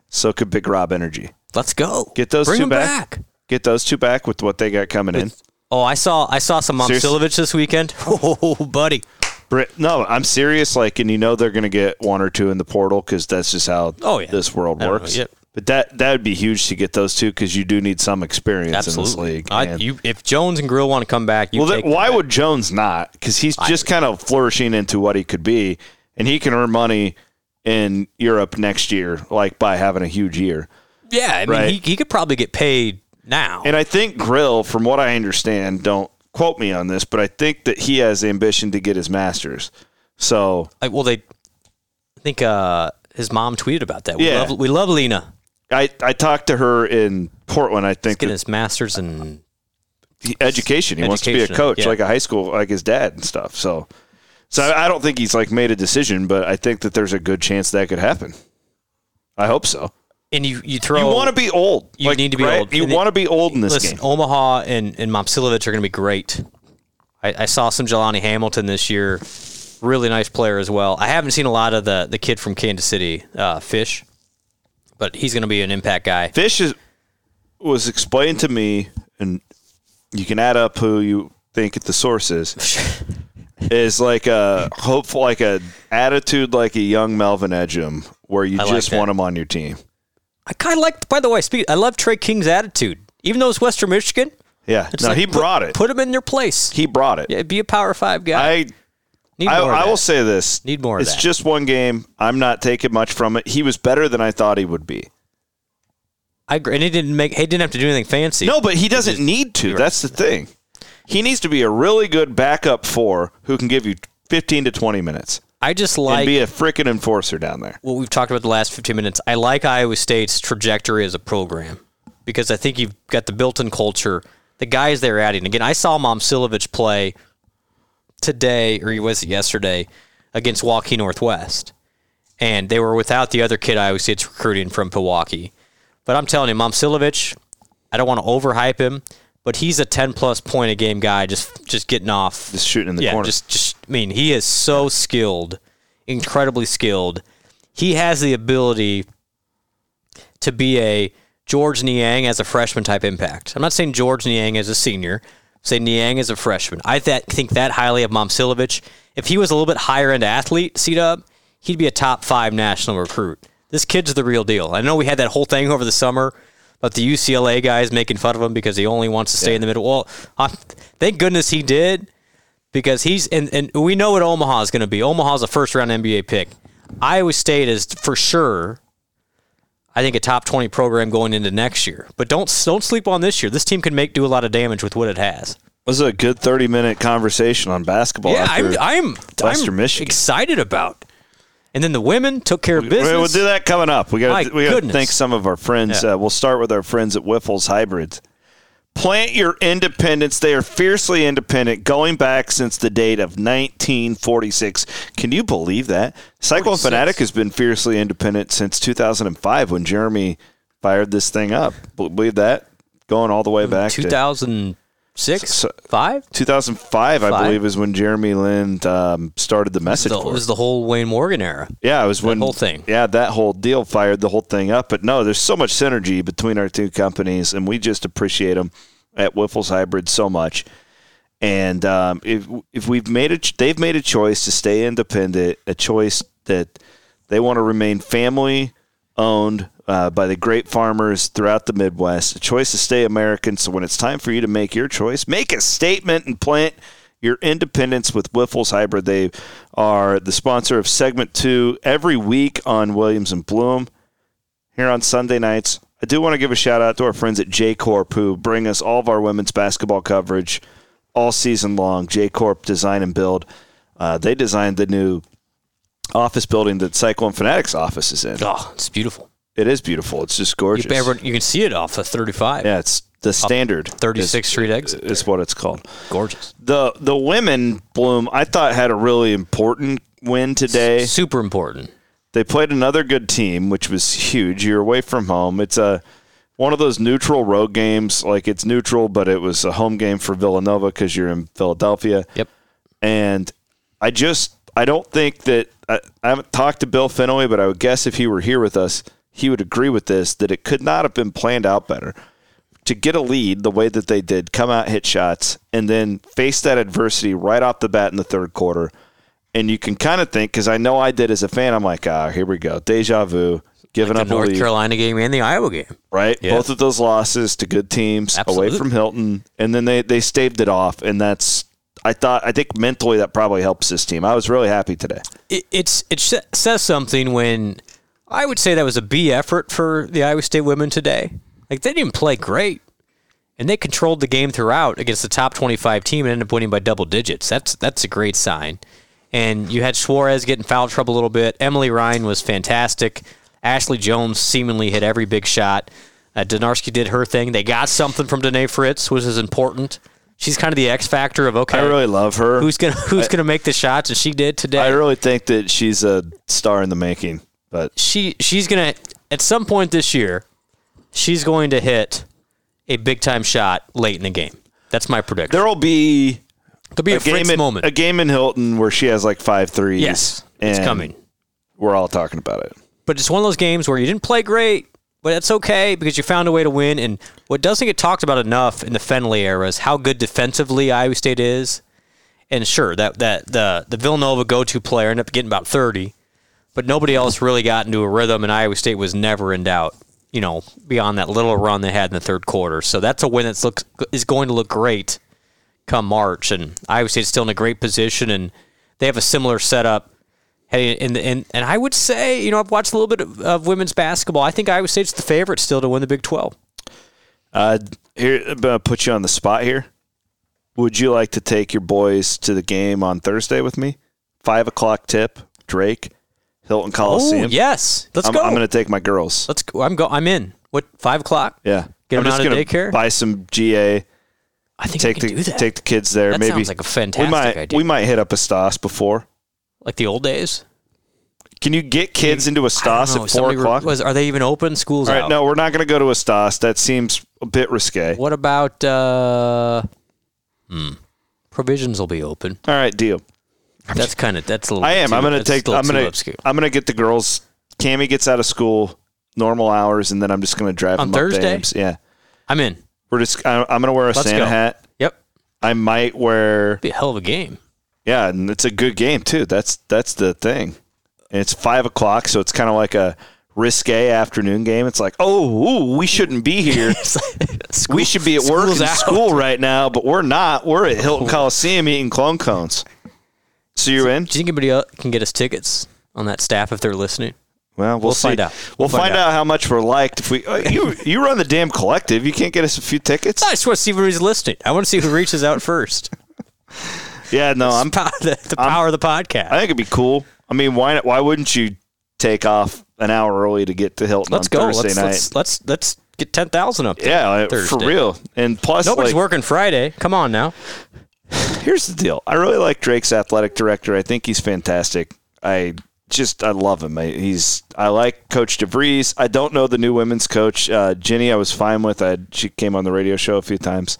S2: So could Big Rob Energy.
S3: Let's go.
S2: Get those
S3: Bring
S2: two
S3: him
S2: back.
S3: back.
S2: Get those two back with what they got coming in.
S3: Oh, I saw I saw some
S2: Seriously?
S3: Momsilovich this weekend. [LAUGHS] Oh, buddy.
S2: Brit- No, I'm serious. Like, and you know they're going to get one or two in the portal because that's just how
S3: Oh, yeah.
S2: this world
S3: I don't know.
S2: works.
S3: Yep.
S2: But that that would be huge to get those two because you do need some experience in this
S3: Absolutely.
S2: league.
S3: I,
S2: man.
S3: you, if Jones and Grill want to come back, you
S2: well, then
S3: take
S2: why would Jones not? Because he's just kind of flourishing into what he could be, and he can earn money in Europe next year, like by having a huge year.
S3: Yeah, I mean
S2: Right.
S3: he, he could probably get paid now.
S2: And I think Grill, from what I understand, don't quote me on this, but I think that he has the ambition to get his master's. So
S3: I, well, they, I think uh, his mom tweeted about that. We
S2: Yeah.
S3: love, we love Lena.
S2: I, I talked to her in Portland. I think
S3: Getting
S2: that
S3: his master's and
S2: he- education. He wants to be a
S3: Education,
S2: coach,
S3: yeah.
S2: like a high school, like his dad and stuff. So, so I, I don't think he's like made a decision, but I think that there's a good chance that could happen. I hope so.
S3: and you you throw.
S2: You want to be old.
S3: You
S2: Like,
S3: need to be
S2: right?
S3: old.
S2: You
S3: And it-
S2: want to be old in this
S3: listen.
S2: game.
S3: Omaha and and Momsilovich are going to be great. I, I saw some Jelani Hamilton this year. Really nice player as well. I haven't seen a lot of the the kid from Kansas City, uh, Fish, but he's going to be an impact guy.
S2: Fish is, was explained to me, and you can add up who you think the source
S3: [LAUGHS]
S2: is. is like a hopeful, like a attitude, like a young Melvin Edgem, where you
S3: I like
S2: just
S3: that.
S2: want him on your team.
S3: I kind of like. By the way, speak. I love Trey King's attitude, even though it's Western Michigan.
S2: Yeah,
S3: it's
S2: no,
S3: like,
S2: he
S3: put-
S2: brought it.
S3: Put him in their place.
S2: he brought it.
S3: Yeah, be a power five guy.
S2: I
S3: Need
S2: I,
S3: more of
S2: I
S3: that.
S2: will say this.
S3: Need more of
S2: It's
S3: that.
S2: just one game. I'm not taking much from it. He was better than I thought he would be.
S3: I agree. And he didn't make. He didn't have to do anything fancy.
S2: No, but he doesn't need to. That's the thing. He needs to be a really good backup four who can give you 15 to 20 minutes
S3: I just
S2: and
S3: like
S2: be a freaking enforcer down there.
S3: what we've talked about the last 15 minutes. I like Iowa State's trajectory as a program because I think you've got the built-in culture. The guys they're adding. Again, I saw Mom Silovich play today, or was it yesterday, against Waukee Northwest, and they were without the other kid Iowa State's recruiting from Pewaukee. But I'm telling you, Mom Silovich, I don't want to overhype him, but he's a 10-plus point a game guy, just just getting off
S2: Just shooting in the
S3: yeah,
S2: corner.
S3: just just I mean, he is so skilled, incredibly skilled. He has the ability to be a George Niang as a freshman type impact. I'm not saying George Niang as a senior. Say Niang as a freshman. I that think that highly of Momsilovich. If he was a little bit higher end athlete, C Dub, he'd be a top five national recruit. This kid's the real deal. I know we had that whole thing over the summer about the UCLA guys making fun of him because he only wants to stay in the middle. Well, I, thank goodness he did because he's and, and we know what Omaha is going to be. Omaha's a first round NBA pick. Iowa State is for sure. I think a top twenty program going into next year. But don't don't sleep on this year. This team can make do a lot of damage with what it has.
S2: This is a good 30 minute conversation on basketball.
S3: yeah, I'm
S2: after-
S3: I'm,
S2: Western
S3: I'm
S2: Michigan.
S3: excited about. And then the women took care of business.
S2: We'll do that coming up. We
S3: My
S2: got we got to
S3: goodness.
S2: thank some of our friends.
S3: Yeah.
S2: Uh, we'll start with our friends at Whiffles Hybrids. Plant your independence. They are fiercely independent, going back since the date of 1946. Can you believe that? Cyclone
S3: 46.
S2: Fanatic has been fiercely independent since 2005 when Jeremy fired this thing up. Bel- Believe that? Going all the way back
S3: Hmm, Two
S2: to
S3: thousand six,
S2: So-
S3: five.
S2: 2005, I
S3: Five?
S2: believe, is when Jeremy Lind um, started the message
S3: The- It
S2: board.
S3: was the whole Wayne Morgan era.
S2: Yeah, it was when
S3: whole thing.
S2: Yeah, that whole deal fired the whole thing up. But no, there's so much synergy between our two companies, and we just appreciate them at Wiffles Hybrid so much. And um, if if we've made it, they've made a choice to stay independent, a choice that they want to remain family owned uh, by the great farmers throughout the Midwest, a choice to stay American. So when it's time for you to make your choice, make a statement and plant your independence with Wiffles Hybrid. They are the sponsor of segment two every week on Williams and Bloom here on Sunday nights. I do want to give a shout out to our friends at J Corp who bring us all of our women's basketball coverage all season long. J Corp Design and Build. Uh, they designed the new office building that Cyclone Fanatics office is in.
S3: Oh, it's beautiful.
S2: It is beautiful. It's just
S3: You,
S2: gorgeous.
S3: everyone- you can see it off of thirty five.
S2: yeah, it's the standard.
S3: 36th
S2: is-
S3: Street exit.
S2: is what it's called.
S3: Gorgeous.
S2: The the women bloom I thought had a really important win today.
S3: Super important.
S2: They played another good team, which was huge. You're away from home. It's a one of those neutral road games. Like it's neutral, but it was a home game for Villanova because you're in Philadelphia.
S3: Yep.
S2: And I just I don't think that I, I haven't talked to Bill Fenway, but I would guess if he were here with us, he would agree with this that it could not have been planned out better to get a lead the way that they did, come out, hit shots, and then face that adversity right off the bat in the third quarter. And you can kind of think, because I know I did as a fan, I'm like, ah, here we go, deja vu, giving
S3: The
S2: up a
S3: North
S2: lead,
S3: Carolina game and the Iowa game.
S2: right?
S3: Yeah.
S2: Both of those losses to good teams away
S3: Absolutely.
S2: from Hilton, and then they they staved it off, and that's. I thought I think mentally that probably helps this team. I was really happy today.
S3: it, it's it sh- says something when I would say that was a B effort for the Iowa State women today. Like they didn't play great, and they controlled the game throughout against the top twenty-five team and ended up winning by double digits. That's that's a great sign. And you had Suarez getting foul trouble a little bit. Emily Ryan was fantastic. Ashley Jones seemingly hit every big shot. Uh, Donarski did her thing. They got something from Danae Fritz, which is important. She's kind of the X factor of okay,
S2: I really love her.
S3: who's gonna who's gonna make the shots, and she did today.
S2: I really think that she's a star in the making. But
S3: she she's gonna at some point this year, she's going to hit a big time shot late in the game. That's my prediction.
S2: there'll be
S3: Could be a, Fritz
S2: game in,
S3: moment.
S2: a game in Hilton where she has like five threes.
S3: yes, it's
S2: and
S3: coming.
S2: We're all talking about it.
S3: But it's one of those games where you didn't play great, but that's okay because you found a way to win. And what doesn't get talked about enough in the Fenley era is how good defensively Iowa State is. And sure, that that the the Villanova go-to player ended up getting about thirty, but nobody else really got into a rhythm, and Iowa State was never in doubt. You know, beyond that little run they had in the third quarter, so that's a win that's looks is going to look great come March. And Iowa State's still in a great position, and they have a similar setup. Hey, and and and I would say, you know, I've watched a little bit of, of women's basketball. I think Iowa State's the favorite still to win the Big Twelve.
S2: Uh, here, I'm gonna put you on the spot here. Would you like to take your boys to the game on Thursday with me? Five o'clock tip, Drake, Hilton
S3: Oh,
S2: Coliseum.
S3: yes, let's
S2: I'm,
S3: go.
S2: I'm gonna take my girls.
S3: let's go. I'm go. I'm in. What five o'clock?
S2: yeah,
S3: Get
S2: I'm
S3: them
S2: just
S3: out of
S2: gonna
S3: daycare?
S2: Buy some GA.
S3: I think
S2: Take
S3: we can
S2: the
S3: do that.
S2: take the kids there.
S3: That
S2: Maybe
S3: sounds like a fantastic
S2: we might,
S3: idea.
S2: We might hit up a Stas before.
S3: like the old days.
S2: Can you get kids into a
S3: I don't
S2: Stas
S3: know,
S2: at four
S3: somebody re-
S2: o'clock?
S3: Was, are they even open? Schools
S2: All right,
S3: out.
S2: no, we're not going to go to a Stas. That seems a bit risque.
S3: What about? uh hmm, Provisions will be open.
S2: All right, deal.
S3: That's kind of that's a little.
S2: I am.
S3: too-
S2: I'm going to
S3: that's
S2: take.
S3: a little
S2: I'm
S3: too
S2: going to.
S3: obscure.
S2: I'm going to get the girls. Cammy gets out of school normal hours, and then I'm just going to drive
S3: On
S2: them up to
S3: Thursday?
S2: Ames. Yeah,
S3: I'm in.
S2: we're just. I, I'm going to wear a
S3: Let's
S2: Santa
S3: go.
S2: hat.
S3: Yep.
S2: I might wear.
S3: Be a hell of a game.
S2: Yeah, and it's a good game too. That's that's the thing. And it's five o'clock, so it's kind of like a risque afternoon game. It's like, oh, ooh, we shouldn't be
S3: [LAUGHS]
S2: here. we should be at work
S3: school's
S2: in
S3: out. Oh.
S2: school right now, but we're not. We're at Hilton Coliseum eating clone cones. So you're in?
S3: Do you think anybody else can get us tickets on that staff if they're listening?
S2: Well, we'll,
S3: We'll
S2: see.
S3: find out.
S2: We'll, find, out. how much we're liked. If we uh, you you run the damn collective, you can't get us a few tickets.
S3: I just want to see who's listening. I want to see who reaches out first.
S2: Yeah, no, [LAUGHS] I'm.
S3: Po- the, the power of the podcast.
S2: I think it'd be cool. I mean, why not- why wouldn't you take off an hour early to get to Hilton
S3: let's
S2: on
S3: go.
S2: Thursday
S3: Let's,
S2: night?
S3: let's let's let's get ten thousand up. There
S2: Yeah, like,
S3: Thursday.
S2: for real. And plus,
S3: Nobody's
S2: like,
S3: working Friday. Come on now.
S2: here's the deal. I really like Drake's athletic director. I think he's fantastic. I just I love him. I, he's I like Coach DeVries. I don't know the new women's coach, uh, Jenny. I was fine with. I she came on the radio show a few times.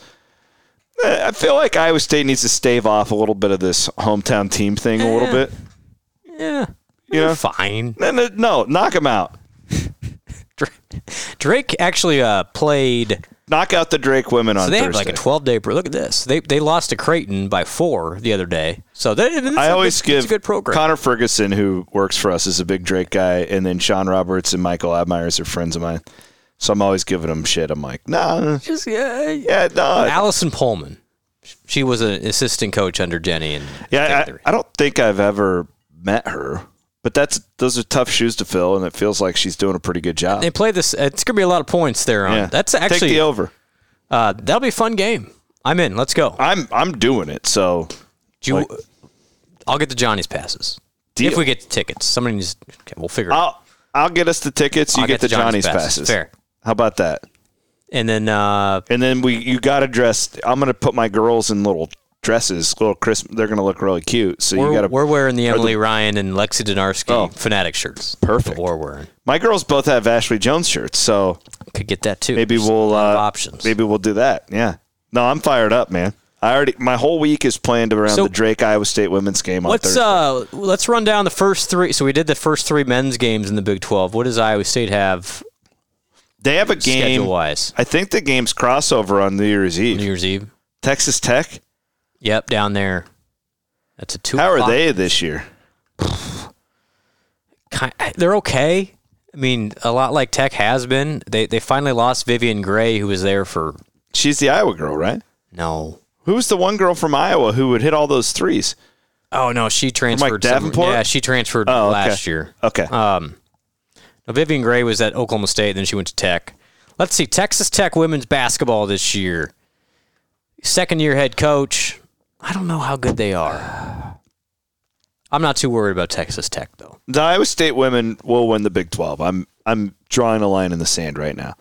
S2: Eh, I feel like Iowa State needs to stave off a little bit of this hometown team thing a
S3: Eh.
S2: little bit.
S3: Yeah,
S2: You know,
S3: fine.
S2: No, no, no, knock him out.
S3: Dra- Drake actually uh, played.
S2: Knock out the Drake women on
S3: So they
S2: Thursday.
S3: have like a twelve day. Look at this. They they lost to Creighton by four the other day. So they, it's
S2: I
S3: a
S2: always
S3: good,
S2: give
S3: it's a good program.
S2: Connor Ferguson, who works for us, is a big Drake guy, and then Sean Roberts and Michael Admires are friends of mine. So I'm always giving them shit. I'm like, nah,
S3: Just, yeah, yeah.
S2: yeah, nah.
S3: Allison Pullman. She was an assistant coach under Jenny, and
S2: yeah.
S3: think
S2: I, I don't think I've ever met her, but that's those are tough shoes to fill, and it feels like she's doing a pretty good job.
S3: they play this. uh, It's gonna be a lot of points there. On
S2: Yeah.
S3: that's
S2: take the
S3: actually
S2: over.
S3: uh, that'll be a fun game. I'm in. Let's go.
S2: I'm I'm doing it. So
S3: Do you,
S2: like-
S3: I'll get the Johnny's passes
S2: Deal.
S3: if we get the tickets. Somebody needs. Okay, we'll figure it out.
S2: I'll I'll get us the tickets. You
S3: I'll
S2: get, the Johnny's, passes.
S3: Fair.
S2: How about that?
S3: And then uh,
S2: And then we you got to dress. I'm gonna put my girls in little dresses, little Christmas. They're gonna look really cute. So
S3: we're,
S2: you got to
S3: we're wearing the
S2: are the-
S3: Emily Ryan and Lexi Donarski
S2: Oh.
S3: fanatic shirts.
S2: Perfect.
S3: That we're wearing.
S2: My girls both have Ashley Jones shirts, so
S3: Could get that too.
S2: maybe
S3: Just
S2: we'll
S3: a lot
S2: uh,
S3: of options.
S2: Maybe we'll do that. Yeah. No, I'm fired up, man. I already my whole week is planned around
S3: So-
S2: the Drake Iowa State women's game on
S3: Let's
S2: Thursday.
S3: uh let's run down the first three. So we did the first three men's games in the Big Twelve. What does Iowa State have
S2: they have a
S3: schedule
S2: game.
S3: wise?
S2: I think the game's crossover on New Year's Eve.
S3: New Year's Eve.
S2: Texas Tech.
S3: Yep, down there. That's a two.
S2: How are
S3: o'clock-
S2: they this year?
S3: Ki- They're okay. I mean, a lot like Tech has been. They they finally lost Vivian Gray, who was there for
S2: She's the Iowa girl, right?
S3: no.
S2: Who was the one girl from Iowa who would hit all those threes?
S3: Oh no, she transferred. some-
S2: Davenport?
S3: yeah, she transferred
S2: Oh, okay.
S3: last year.
S2: Okay.
S3: Um, now Vivian Gray was at Oklahoma State, then she went to Tech. Let's see, Texas Tech women's basketball this year. Second year head coach. I don't know how good they are. I'm not too worried about Texas Tech though.
S2: the Iowa State women will win the Big 12. I'm I'm drawing a line in the sand right now.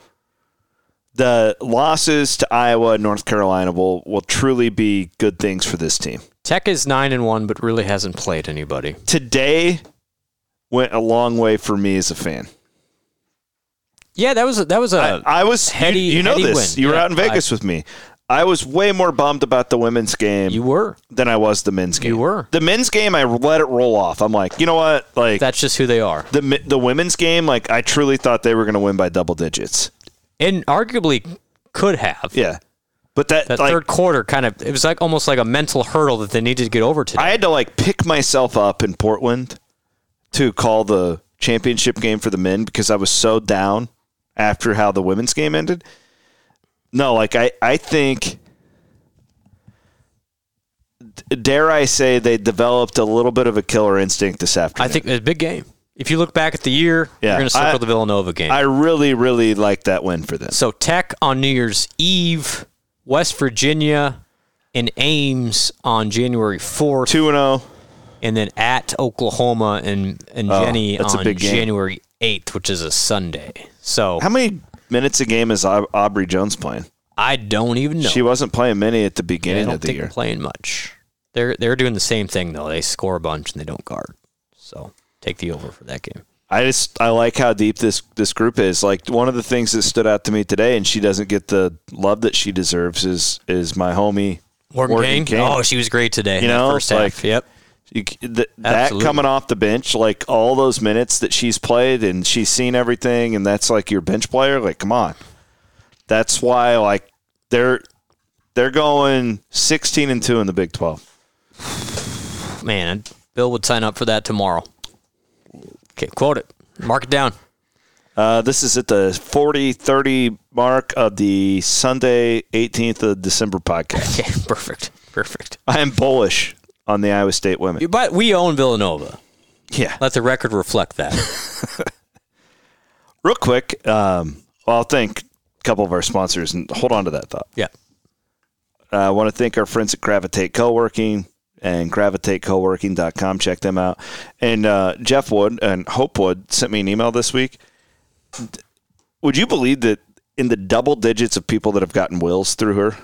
S2: The losses to Iowa and North Carolina will will truly be good things for this team.
S3: Tech is nine and one, but really hasn't played anybody.
S2: Today went a long way for me as a fan.
S3: Yeah, that was a, that was a
S2: I was you-
S3: heady-
S2: you, know
S3: heady
S2: this.
S3: win.
S2: You were
S3: Yeah,
S2: out in Vegas with me. I was way more bummed about the women's game
S3: You were.
S2: than I was the men's game.
S3: You were.
S2: The men's game, I let it roll off. I'm like, you know what? Like,
S3: That's just who they are.
S2: the, mi- the women's game, like, I truly thought they were going to win by double digits.
S3: And arguably could have.
S2: Yeah. But that,
S3: That
S2: like,
S3: third quarter kind of it was like almost like a mental hurdle that they needed to get over today.
S2: I had to like pick myself up in Portland to call the championship game for the men because I was so down after how the women's game ended. No, like I, I think, d- dare I say, they developed a little bit of a killer instinct this
S3: I
S2: afternoon.
S3: think it's a big game. If you look back at the year,
S2: Yeah,
S3: you're going to circle
S2: I-
S3: the Villanova game.
S2: I really, really like that win for them.
S3: so Tech on New Year's Eve, West Virginia, and Ames on January 4th,
S2: Two and oh. zero.
S3: and then at Oklahoma and, and
S2: Oh,
S3: Jenny
S2: that's a
S3: on
S2: big game.
S3: January 8th, which is a Sunday. So
S2: How many minutes a game is Au- Aubrey Jones playing?
S3: I don't even know.
S2: She wasn't playing many at the
S3: I
S2: beginning
S3: don't
S2: of the
S3: think
S2: year.
S3: they're playing much. They're they're doing the same thing though. They score a bunch and they don't guard. So take the over for that game.
S2: I just I like how deep this this group is. Like one of the things that stood out to me today, and she doesn't get the love that she deserves is is my homie
S3: Morgan, Kane? Oh, she was great today.
S2: You
S3: in that
S2: know,
S3: first
S2: like-
S3: half. Yep.
S2: You c- th- that
S3: Absolutely.
S2: coming off the bench, like all those minutes that she's played and she's seen everything, and that's like your bench player. Like, come on, that's why like they're they're going sixteen and two in the Big Twelve.
S3: Man, Bill would sign up for that tomorrow. Okay, quote it. Mark it down. [LAUGHS]
S2: Uh, this is at the 40 30 mark of the Sunday, 18th of December podcast.
S3: Okay, perfect. Perfect.
S2: [LAUGHS] I am bullish on the Iowa State women.
S3: But we own Villanova.
S2: Yeah.
S3: Let the record
S2: [LAUGHS]
S3: reflect that.
S2: Real quick, um, well, I'll thank a couple of our sponsors and hold on to that thought.
S3: yeah.
S2: Uh, I want to thank our friends at Gravitate Co-working and gravitatecoworking.com. Check them out. And uh, Jeff Wood and Hope Wood sent me an email this week. D- Would you believe that in the double digits of people that have gotten wills through her?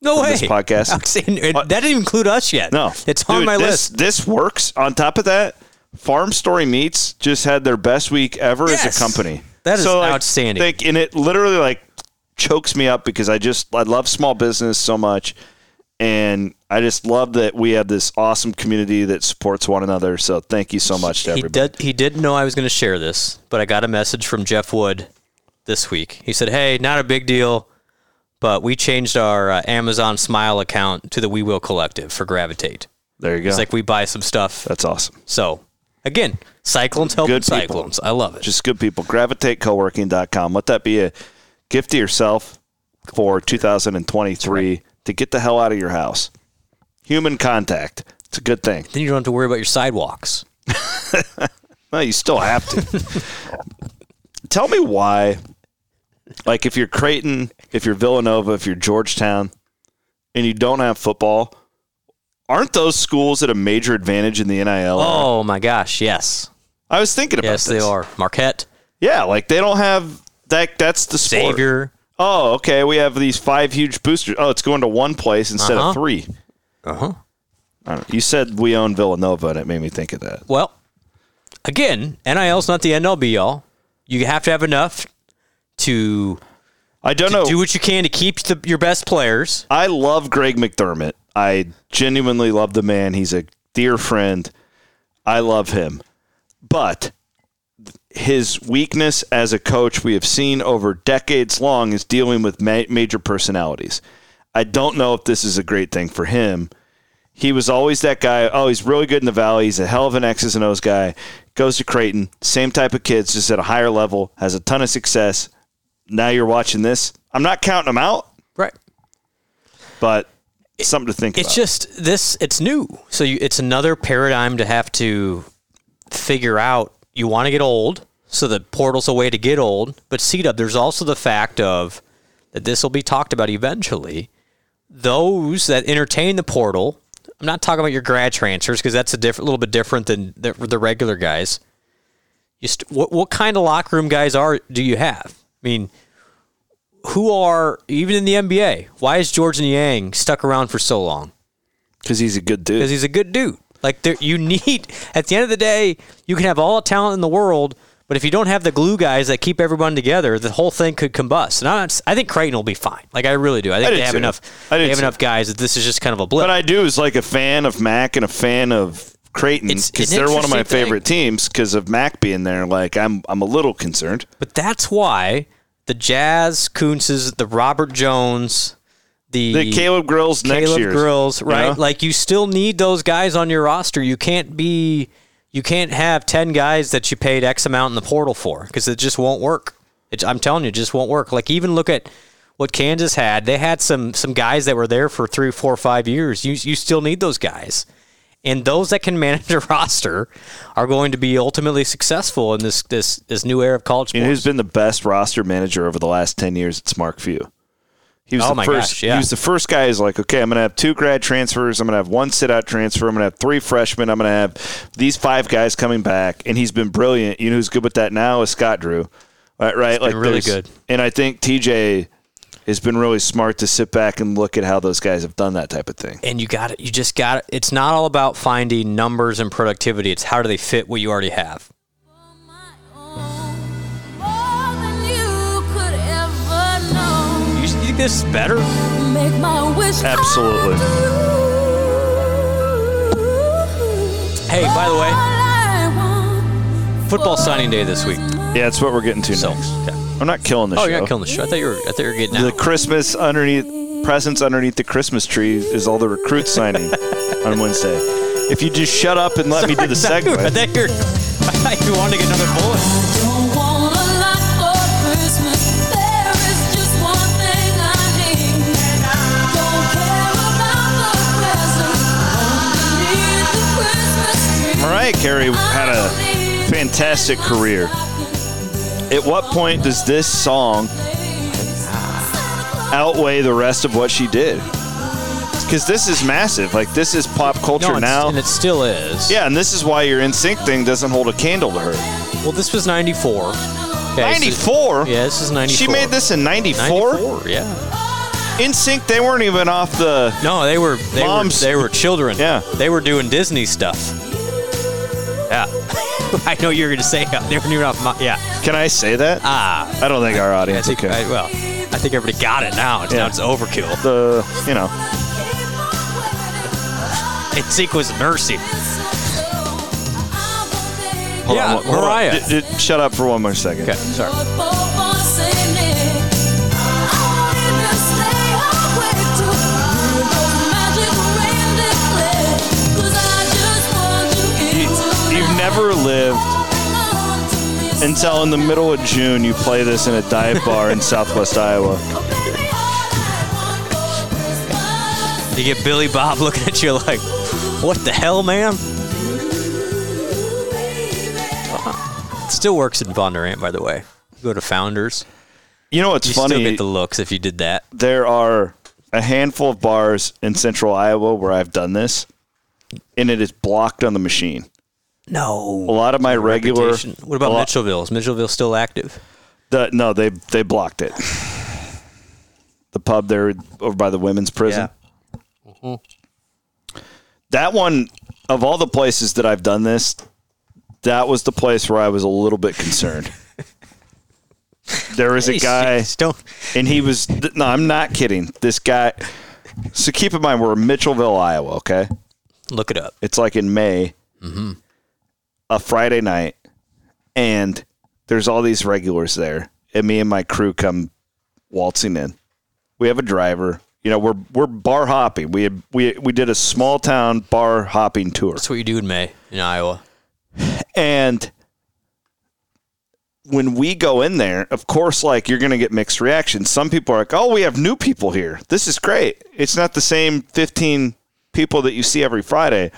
S3: No way.
S2: This podcast.
S3: [LAUGHS]
S2: Uh,
S3: I'm saying- it- that didn't include us yet.
S2: No,
S3: It's on
S2: Dude,
S3: my
S2: this,
S3: list.
S2: This works. On top of that, Farm Story Meats just had their best week ever as
S3: Yes.
S2: a company.
S3: That is
S2: like,
S3: outstanding.
S2: Think, and it literally like chokes me up because I just I love small business so much, and I just love that we have this awesome community that supports one another. So thank you so much to
S3: He
S2: everybody.
S3: did. He didn't know I was going to share this, but I got a message from Jeff Wood this week. He said, "Hey, not a big deal, but we changed our uh, Amazon Smile account to the We Will Collective for Gravitate.
S2: There you go.
S3: It's like we buy some stuff.
S2: That's awesome.
S3: So again, cyclones helping
S2: Good people.
S3: cyclones. I love it.
S2: Just good people. GravitateCoworking.com. Let that be a gift to yourself for 2023 to get the hell out of your house. Human contact. It's a good thing.
S3: then you don't have to worry about your sidewalks.
S2: No, you still have to.
S3: [LAUGHS]
S2: Tell me why, like, if you're Creighton, if you're Villanova, if you're Georgetown, and you don't have football, aren't those schools at a major advantage in the NIL?
S3: Oh my gosh, yes,
S2: I was thinking about
S3: yes, they
S2: this.
S3: are. Marquette,
S2: Yeah, like they don't have that. That's the sport.
S3: Xavier.
S2: Oh, okay. We have these five huge boosters. Oh, it's going to one place instead
S3: Uh-huh.
S2: of three.
S3: Uh huh.
S2: I don't know. You said we own Villanova, and it made me think of that.
S3: Well, again, NIL's not the end all be all. You have to have enough to
S2: I don't know.
S3: do what you can to keep the, your best players.
S2: I love Greg McDermott. I genuinely love the man. He's a dear friend. I love him. But his weakness as a coach, we have seen over decades long, is dealing with ma- major personalities. I don't know if this is a great thing for him. He was always that guy. Oh, he's really good in the valley. He's a hell of an X's and O's guy. Goes to Creighton, same type of kids, just at a higher level, has a ton of success. Now you're watching this. I'm not counting him out
S3: Right.
S2: but something to think
S3: It's
S2: about.
S3: just this. It's new, so you, it's another paradigm to have to figure out. You want to get old, so the portal's a way to get old. But C Dub, there's also the fact of that this will be talked about eventually. Those that entertain the portal, I'm not talking about your grad transfers because that's a different, little bit different than the, the regular guys. Just what what kind of locker room guys are do you have? I mean, who are even in the NBA? Why is George Niang stuck around for so long?
S2: because he's a good
S3: Because
S2: dude.
S3: [LAUGHS] he's a good dude. Like there, you need at the end of the day, you can have all the talent in the world, But if you don't have the glue guys that keep everyone together, the whole thing could combust. And I'm not, I think Creighton will be fine. Like I really do. I think
S2: I do
S3: they have
S2: too.
S3: enough.
S2: I do
S3: They have
S2: too.
S3: enough guys that this is just kind of a blip.
S2: But I do is like a fan of Mac and a fan of Creighton
S3: It's
S2: because
S3: an
S2: they're one of my
S3: interesting thing.
S2: favorite teams because of Mac being there. Like I'm, I'm a little concerned.
S3: But that's why the Jazz, Koontz's, the Robert Jones, the,
S2: The Caleb Grills next
S3: Caleb
S2: year,
S3: Grills,
S2: you
S3: right?
S2: know?
S3: Like you still need those guys on your roster. You can't be, you can't have ten guys that you paid X amount in the portal for because it just won't work. It, I'm telling you, it just won't work. Like even look at what Kansas had. They had some some guys that were there for three, four, five years. You you still need those guys. And those that can [LAUGHS] manage a roster are going to be ultimately successful in this this this new era of college
S2: You know
S3: sports.
S2: who's been the best roster manager over the last ten years? It's Mark Few. He was
S3: Oh
S2: the
S3: my
S2: first.
S3: gosh, yeah.
S2: He was the first guy. who's like, okay, I'm gonna have two grad transfers. I'm gonna have one sit out transfer. I'm gonna have three freshmen. I'm gonna have these five guys coming back, and he's been brilliant. You know who's good with that now is Scott Drew. Right, right. like
S3: really
S2: there's-
S3: good.
S2: And I think TJ has been really smart to sit back and look at how those guys have done that type of thing.
S3: and you got it. You just got it. It's not all about finding numbers and productivity. It's how do they fit what you already have.
S4: More than you could ever know.
S3: You, you think this is better?
S4: Make my wish come
S2: Absolutely.
S4: true.
S3: Hey, by the way,
S4: All I want
S3: football signing day this week.
S2: Yeah, that's what we're getting to
S3: So,
S2: next.
S3: okay.
S2: I'm not killing the
S3: oh,
S2: show.
S3: you're not killing the show. I thought you were. I thought you were getting
S2: the
S3: out.
S2: Christmas underneath presents underneath the Christmas tree is all the recruit
S3: [LAUGHS]
S2: signing on Wednesday. If you just shut up and let me do the
S3: [LAUGHS] I
S2: segment,
S3: thought you were. I thought you wanted to get another bullet.
S4: Don't want a lot for Christmas. There is just one thing I need. Don't care about the presents underneath the Christmas tree.
S2: Mariah Carey had a fantastic career. At what point does this song outweigh the rest of what she did? Because this is massive. Like this is pop culture
S3: No, it's-
S2: now.
S3: and it still is.
S2: yeah, and this is why your NSYNC thing doesn't hold a candle to her.
S3: Well, this was '94.
S2: Ninety four.
S3: yeah, this is '94.
S2: She made this in ninety four.
S3: '94. Yeah.
S2: NSYNC. They weren't even off the.
S3: No, they were. They
S2: Moms.
S3: were. They were children.
S2: Yeah.
S3: They were doing Disney stuff. Yeah. [LAUGHS] I know you were going to say yeah, they were doing off. My, yeah.
S2: Can I say that?
S3: Ah.
S2: I don't think our
S3: I
S2: audience.
S3: think,
S2: okay.
S3: I, well, I think everybody got it now. It's,
S2: Yeah.
S3: Now it's overkill.
S2: the you know
S3: It's sequence mercy.
S2: hold
S3: Yeah,
S2: on, hold on.
S3: Mariah.
S2: D- d- shut up for one more second
S3: Okay, sorry.
S2: you,
S4: You've
S2: you've never lived until in the middle of june you play this in a dive bar in [LAUGHS] southwest iowa
S3: You get Billy Bob [LAUGHS] looking at you like, what the hell, man? It still works in Bondurant, by the way. You go to Founders.
S2: you know what's
S3: You still
S2: funny
S3: get the looks if you did that.
S2: there are a handful of bars in central iowa where i've done this and it is blocked on the machine a
S3: No.
S2: lot of my regular
S3: What about
S2: a lot-
S3: Mitchellville? Is Mitchellville still active?
S2: the, no they they blocked it the pub there over by the women's prison that one of all the places that I've done this, that was the place where I was a little bit concerned. there was a
S3: Jeez,
S2: guy,
S3: jeez, Don't.
S2: and he was th- no, I'm not kidding. This guy. So keep in mind we're in Mitchellville, Iowa. Okay,
S3: Look it up.
S2: it's like in May, a Friday night, and there's all these regulars there, and me and my crew come waltzing in. We have a driver. You know, we're we're bar hopping. We had, we we did a small town bar hopping tour
S3: That's what you do in May in Iowa.
S2: and when we go in there, of course, like you're going to get mixed reactions. Some people are like, "Oh, we have new people here. This is great. It's not the same 15 people that you see every Friday."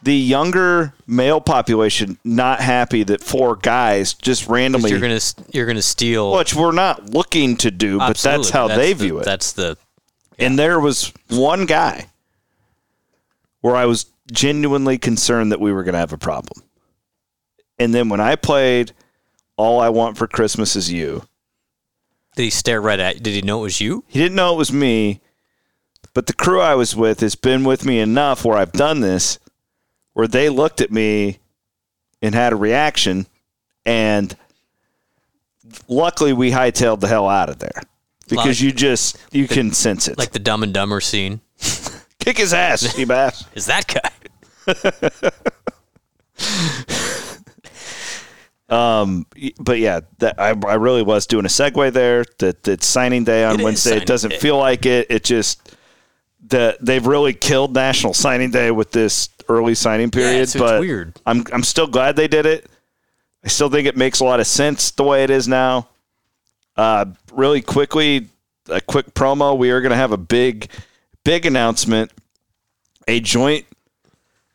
S2: The younger male population not happy that four guys just randomly,
S3: You're gonna you're gonna steal.
S2: which we're not looking to do, but that's
S3: Absolutely.
S2: how they
S3: the-
S2: view it.
S3: That's the
S2: And there was one guy where I was genuinely concerned that we were going to have a problem. And then when I played All I Want for Christmas Is You,
S3: Did he stare right at you? Did he know it was you?
S2: he didn't know it was me, but the crew I was with has been with me enough where I've done this, where they looked at me and had a reaction. and luckily we hightailed the hell out of there because
S3: Like-
S2: you just you can sense it.
S3: Like the Dumb and Dumber scene.
S2: Kick his ass, Steve Ash.
S3: Is that guy? [LAUGHS]
S2: But yeah, that I, I really was doing a segue there. That it's signing day on
S3: It is
S2: Wednesday.
S3: signing
S2: It doesn't
S3: day.
S2: feel like it. It just the they've really killed National Signing Day with this early signing period.
S3: it's- it's
S2: but
S3: weird.
S2: I'm I'm still glad they did it. I still think it makes a lot of sense the way it is now. Uh, really quickly, a quick promo. We are going to have a big, big announcement. A joint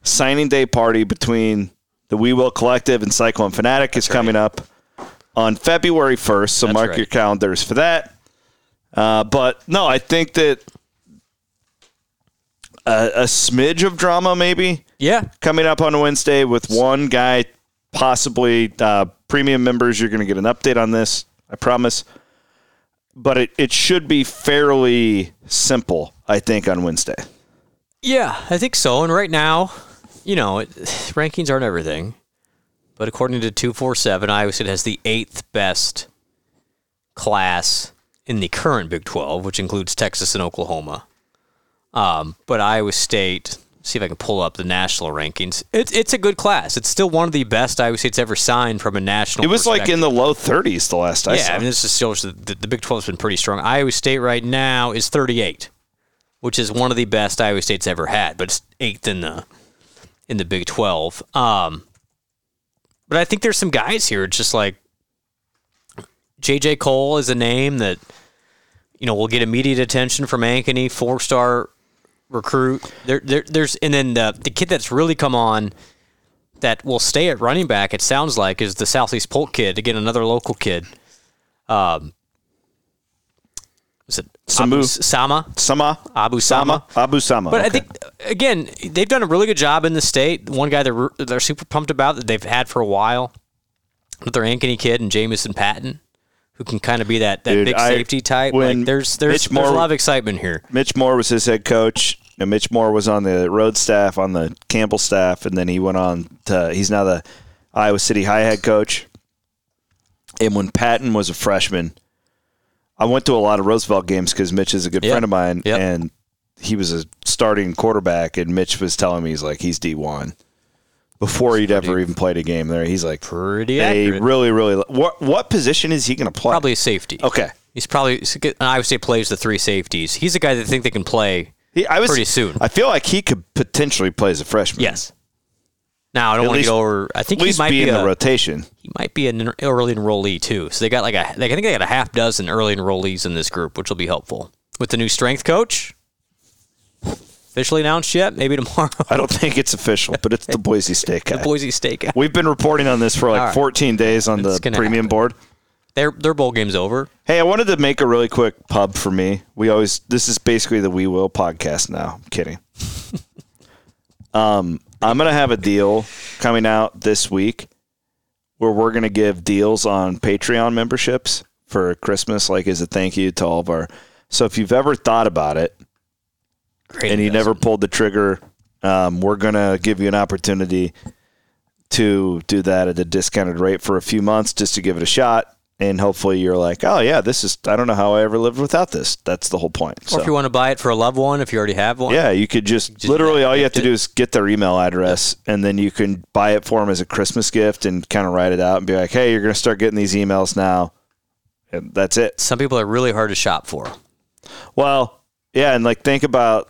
S2: signing day party between the We Will Collective and Cyclone Fanatic is coming up on February 1st. So mark
S3: right.
S2: your calendars for that. Uh, but no, I think that a, a smidge of drama maybe
S3: Yeah.
S2: coming up on Wednesday with one guy, possibly uh, premium members. You're going to get an update on this, I promise. But it, it should be fairly simple, I think, on Wednesday.
S3: Yeah, I think so. And right now, you know, it, [SIGHS] rankings aren't everything. But according to 247, Iowa State has the eighth best class in the current Big 12, which includes Texas and Oklahoma. Um, but Iowa State, see if I can pull up the national rankings. It's it's a good class. It's still one of the best Iowa State's ever signed from a national.
S2: It was like
S3: perspective.
S2: in the low 30s the last I
S3: yeah,
S2: saw.
S3: I mean, this is still the, the Big 12's been pretty strong. Iowa State right now is 38, which is one of the best Iowa State's ever had, but it's eighth in the in the Big 12. Um, but I think there's some guys here. It's just like JJ Cole is a name that you know will get immediate attention from Ankeny, four star recruit. There, there, there's and then the the kid that's really come on that will stay at running back. It sounds like is the Southeast Polk kid again, another local kid. Um, was it
S2: Samu.
S3: Abu Sama?
S2: Sama.
S3: Abu Sama.
S2: Abu Sama.
S3: But I
S2: okay.
S3: think again, they've done a really good job in the state. One guy they're they're super pumped about that they've had for a while, with their Ankeny kid and Jamison Patton, who can kind of be that, that
S2: Dude,
S3: big
S2: I-
S3: safety type.
S2: when
S3: Like there's there's,
S2: Mitch
S3: there's a
S2: Moore-
S3: lot of excitement here.
S2: Mitch Moore was his head coach, and Mitch Moore was on the road staff, on the Campbell staff, and then he went on to he's now the Iowa City High head coach. And when Patton was a freshman, I went to a lot of Roosevelt games because Mitch is a good
S3: Yeah.
S2: friend of mine,
S3: Yep.
S2: and he was a starting quarterback, and Mitch was telling me he's like he's D one before he'd ever even played a game there. He's like
S3: Pretty
S2: they
S3: accurate.
S2: really really what what position is he going to play?
S3: Probably a safety.
S2: okay.
S3: He's probably he's a good- and Iowa State plays the three safeties. He's a guy that think they can play.
S2: He, I was
S3: Pretty soon.
S2: I feel like he could potentially play as a freshman.
S3: Yes. Now I don't
S2: At
S3: want to
S2: least-
S3: get over. I
S2: at
S3: think he
S2: least
S3: might
S2: be,
S3: be,
S2: in
S3: a,
S2: the rotation.
S3: he might be an en- early enrollee too. So they got like a, like, I think they got a half dozen early enrollees in this group, which will be helpful with the new strength coach. Officially announced yet? Maybe tomorrow.
S2: I don't think it's official, but it's the Boise State guy.
S3: [LAUGHS] the [LAUGHS] Boise State.
S2: We've been reporting on this for like
S3: All right.
S2: 14 days on
S3: It's
S2: the
S3: gonna
S2: premium
S3: happen.
S2: board.
S3: Their their bowl game's over.
S2: Hey, I wanted to make a really quick pub for me. We always this is basically the We Will podcast now. I'm kidding. um, I'm gonna have a deal coming out this week where we're gonna give deals on Patreon memberships for Christmas, like as a thank you to all of our. So if you've ever thought about it,
S3: Great.
S2: and you never pulled the trigger, um, we're going to give you an opportunity to do that at a discounted rate for a few months just to give it a shot. And hopefully you're like, oh, yeah, this is, I don't know how I ever lived without this. That's the whole point.
S3: or
S2: So,
S3: if you want to buy it for a loved one, if you already have one.
S2: yeah, you could just, literally all you have to do is get their email address and then you can buy it for them as a Christmas gift and kind of write it out and be like, hey, you're going to start getting these emails now. And that's it.
S3: Some people are really hard to shop for.
S2: Well, yeah, and like think about,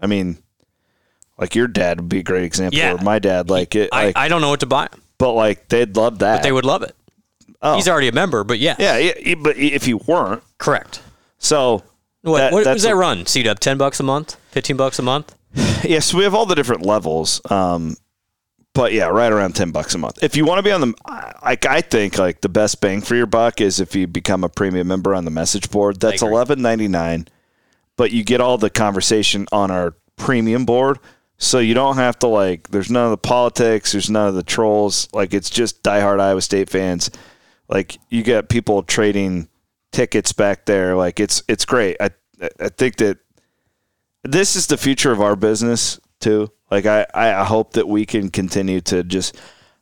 S2: I mean, like your dad would be a great example.
S3: Yeah.
S2: Or my dad, like it,
S3: I,
S2: like,
S3: I don't know what to buy,
S2: but like they'd love that.
S3: but they would love it.
S2: Oh.
S3: He's already a member, but yeah,
S2: yeah, yeah, yeah, but if you weren't,
S3: correct.
S2: so
S3: What,
S2: that-
S3: what
S2: that's
S3: does that
S2: a-
S3: run? C Dub, ten bucks a month, fifteen bucks a month.
S2: [LAUGHS] yeah, so we have all the different levels. Um, but yeah, right around ten bucks a month. If you want to be on the, I- like I think like the best bang for your buck is if you become a premium member on the message board. That's
S3: agree.
S2: eleven ninety nine, but you get all the conversation on our premium board, so you don't have to like. There's none of the politics. There's none of the trolls. Like it's just diehard Iowa State fans. Like you got people trading tickets back there. Like it's it's great. I I think that this is the future of our business too. Like I, I hope that we can continue to just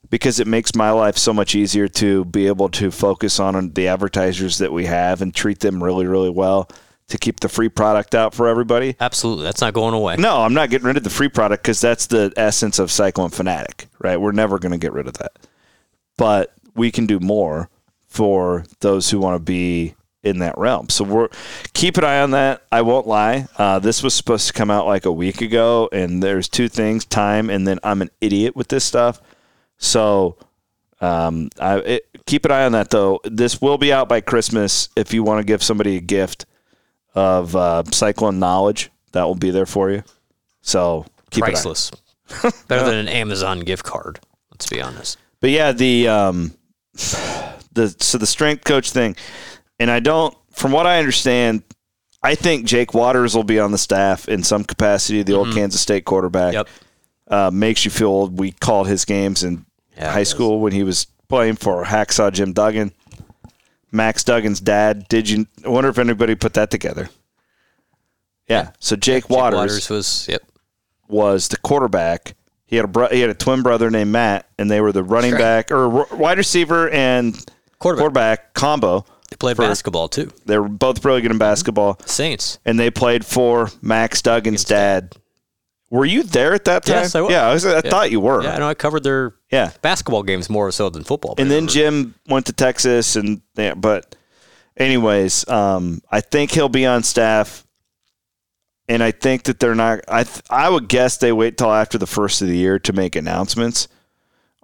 S2: because it makes my life so much easier to be able to focus on the advertisers that we have and treat them really, really well to keep the free product out for everybody.
S3: Absolutely. That's not going away.
S2: No, I'm not getting rid of the free product because that's the essence of Cycle and Fanatic, right? We're never going to get rid of that. But we can do more for those who want to be in that realm. So we're keep an eye on that. I won't lie. Uh, this was supposed to come out like a week ago, and there's two things: time, and then I'm an idiot with this stuff. So um, I it, keep an eye on that though. This will be out by Christmas. If you want to give somebody a gift of uh, Cyclone knowledge, that will be there for you. So keep an eye.
S3: Priceless. [LAUGHS] Better than an Amazon gift card. Let's be honest.
S2: But yeah, the um, the so the strength coach thing, and I don't. From what I understand, I think Jake Waters will be on the staff in some capacity. The old Kansas State quarterback
S3: Mm-hmm. Yep.
S2: uh, makes you feel old. We called his games in
S3: Yeah, it
S2: high
S3: does.
S2: school when he was playing for Hacksaw Jim Duggan, Max Duggan's dad. Did you I wonder if anybody put that together? Yeah. So Jake,
S3: Jake
S2: Waters
S3: Waters was yep.
S2: was the quarterback. He had a bro- he had a twin brother named Matt, and they were the running back or r- wide receiver and
S3: Quarterback.
S2: quarterback combo.
S3: They played
S2: for-
S3: basketball too.
S2: They were both really good in basketball,
S3: Saints.
S2: and they played for Max Duggan's dad. Were you there at that time?
S3: Yes, I was.
S2: Yeah, I, was, I thought you were.
S3: Yeah, I know. I covered their
S2: Yeah.
S3: basketball games more so than football.
S2: and then Jim went to Texas, and yeah, but anyways, um, I think he'll be on staff, and I think that they're not. I th- I would guess they wait till after the first of the year to make announcements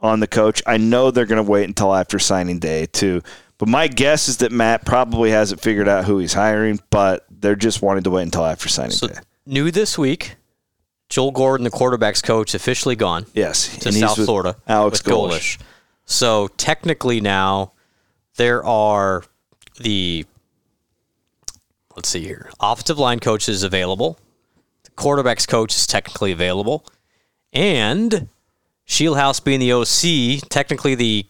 S2: on the coach. I know they're going to wait until after signing day too. But my guess is that Matt probably hasn't figured out who he's hiring, but they're just wanting to wait until after signing
S3: so
S2: day.
S3: new this week, Joel Gordon, the quarterback's coach, officially gone.
S2: Yes,
S3: to
S2: and he's
S3: South
S2: with
S3: Florida.
S2: Alex
S3: with
S2: Golish.
S3: Golish. So technically now there are the let's see here. Offensive line coach is available. The quarterback's coach is technically available. And Shieldhouse being the OC, technically the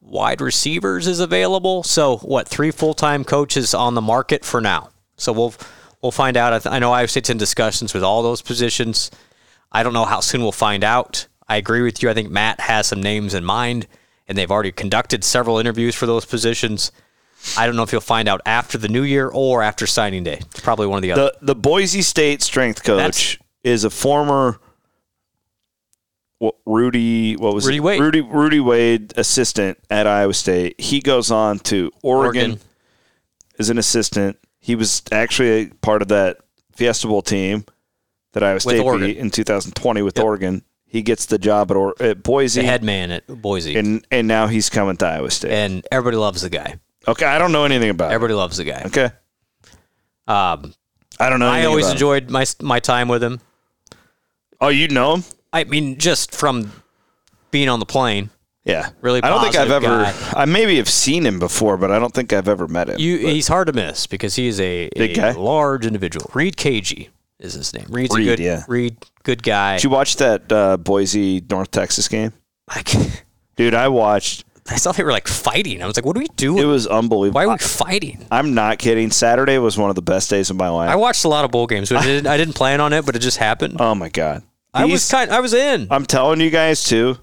S3: wide receivers is available. So what, three full time coaches on the market for now. So we'll we'll find out. I, th- I know Iowa State's in discussions with all those positions. I don't know how soon we'll find out. I agree with you. I think Matt has some names in mind, and they've already conducted several interviews for those positions. I don't know if you'll find out after the new year or after signing day. It's probably one of the other.
S2: The the Boise State strength coach
S3: That's-
S2: is a former what, Rudy. What was
S3: Rudy
S2: it?
S3: Wade.
S2: Rudy Rudy Wade assistant at Iowa State. He goes on to Oregon,
S3: Oregon.
S2: as an assistant. He was actually a part of that Fiesta Bowl team that Iowa State
S3: Oregon.
S2: beat in 2020 with Oregon. He gets the job at, or- at Boise,
S3: the head man at Boise, and,
S2: and and now he's coming to Iowa State.
S3: everybody loves the guy.
S2: okay, I don't know anything about it.
S3: Everybody loves the guy.
S2: Okay,
S3: Um,
S2: I don't know.
S3: I
S2: anything
S3: always
S2: about it.
S3: enjoyed my my time with him.
S2: Oh, you know him?
S3: I mean, just from being on the plane,
S2: Yeah,
S3: Really
S2: I don't think I've ever.
S3: positive
S2: I maybe have seen him before, but I don't think I've ever met him.
S3: you
S2: But
S3: he's hard to miss because he is a,
S2: Big
S3: a
S2: guy?
S3: large individual. Reed Cagey is his name. Reed's
S2: Reed,
S3: a good
S2: yeah.
S3: Reed, good guy.
S2: did you watch that uh, Boise North Texas game,
S3: I, can't-
S2: dude? I watched.
S3: [LAUGHS] I saw they were like fighting. I was like, what are we
S2: It
S3: doing?
S2: was unbelievable.
S3: Why are we fighting?
S2: I, am not kidding. Saturday was one of the best days of my life.
S3: I watched a lot of bowl games. But I, didn't, I didn't plan on it, but it just happened.
S2: oh my god!
S3: I was
S2: These-
S3: kind. I was in.
S2: I'm telling you guys too,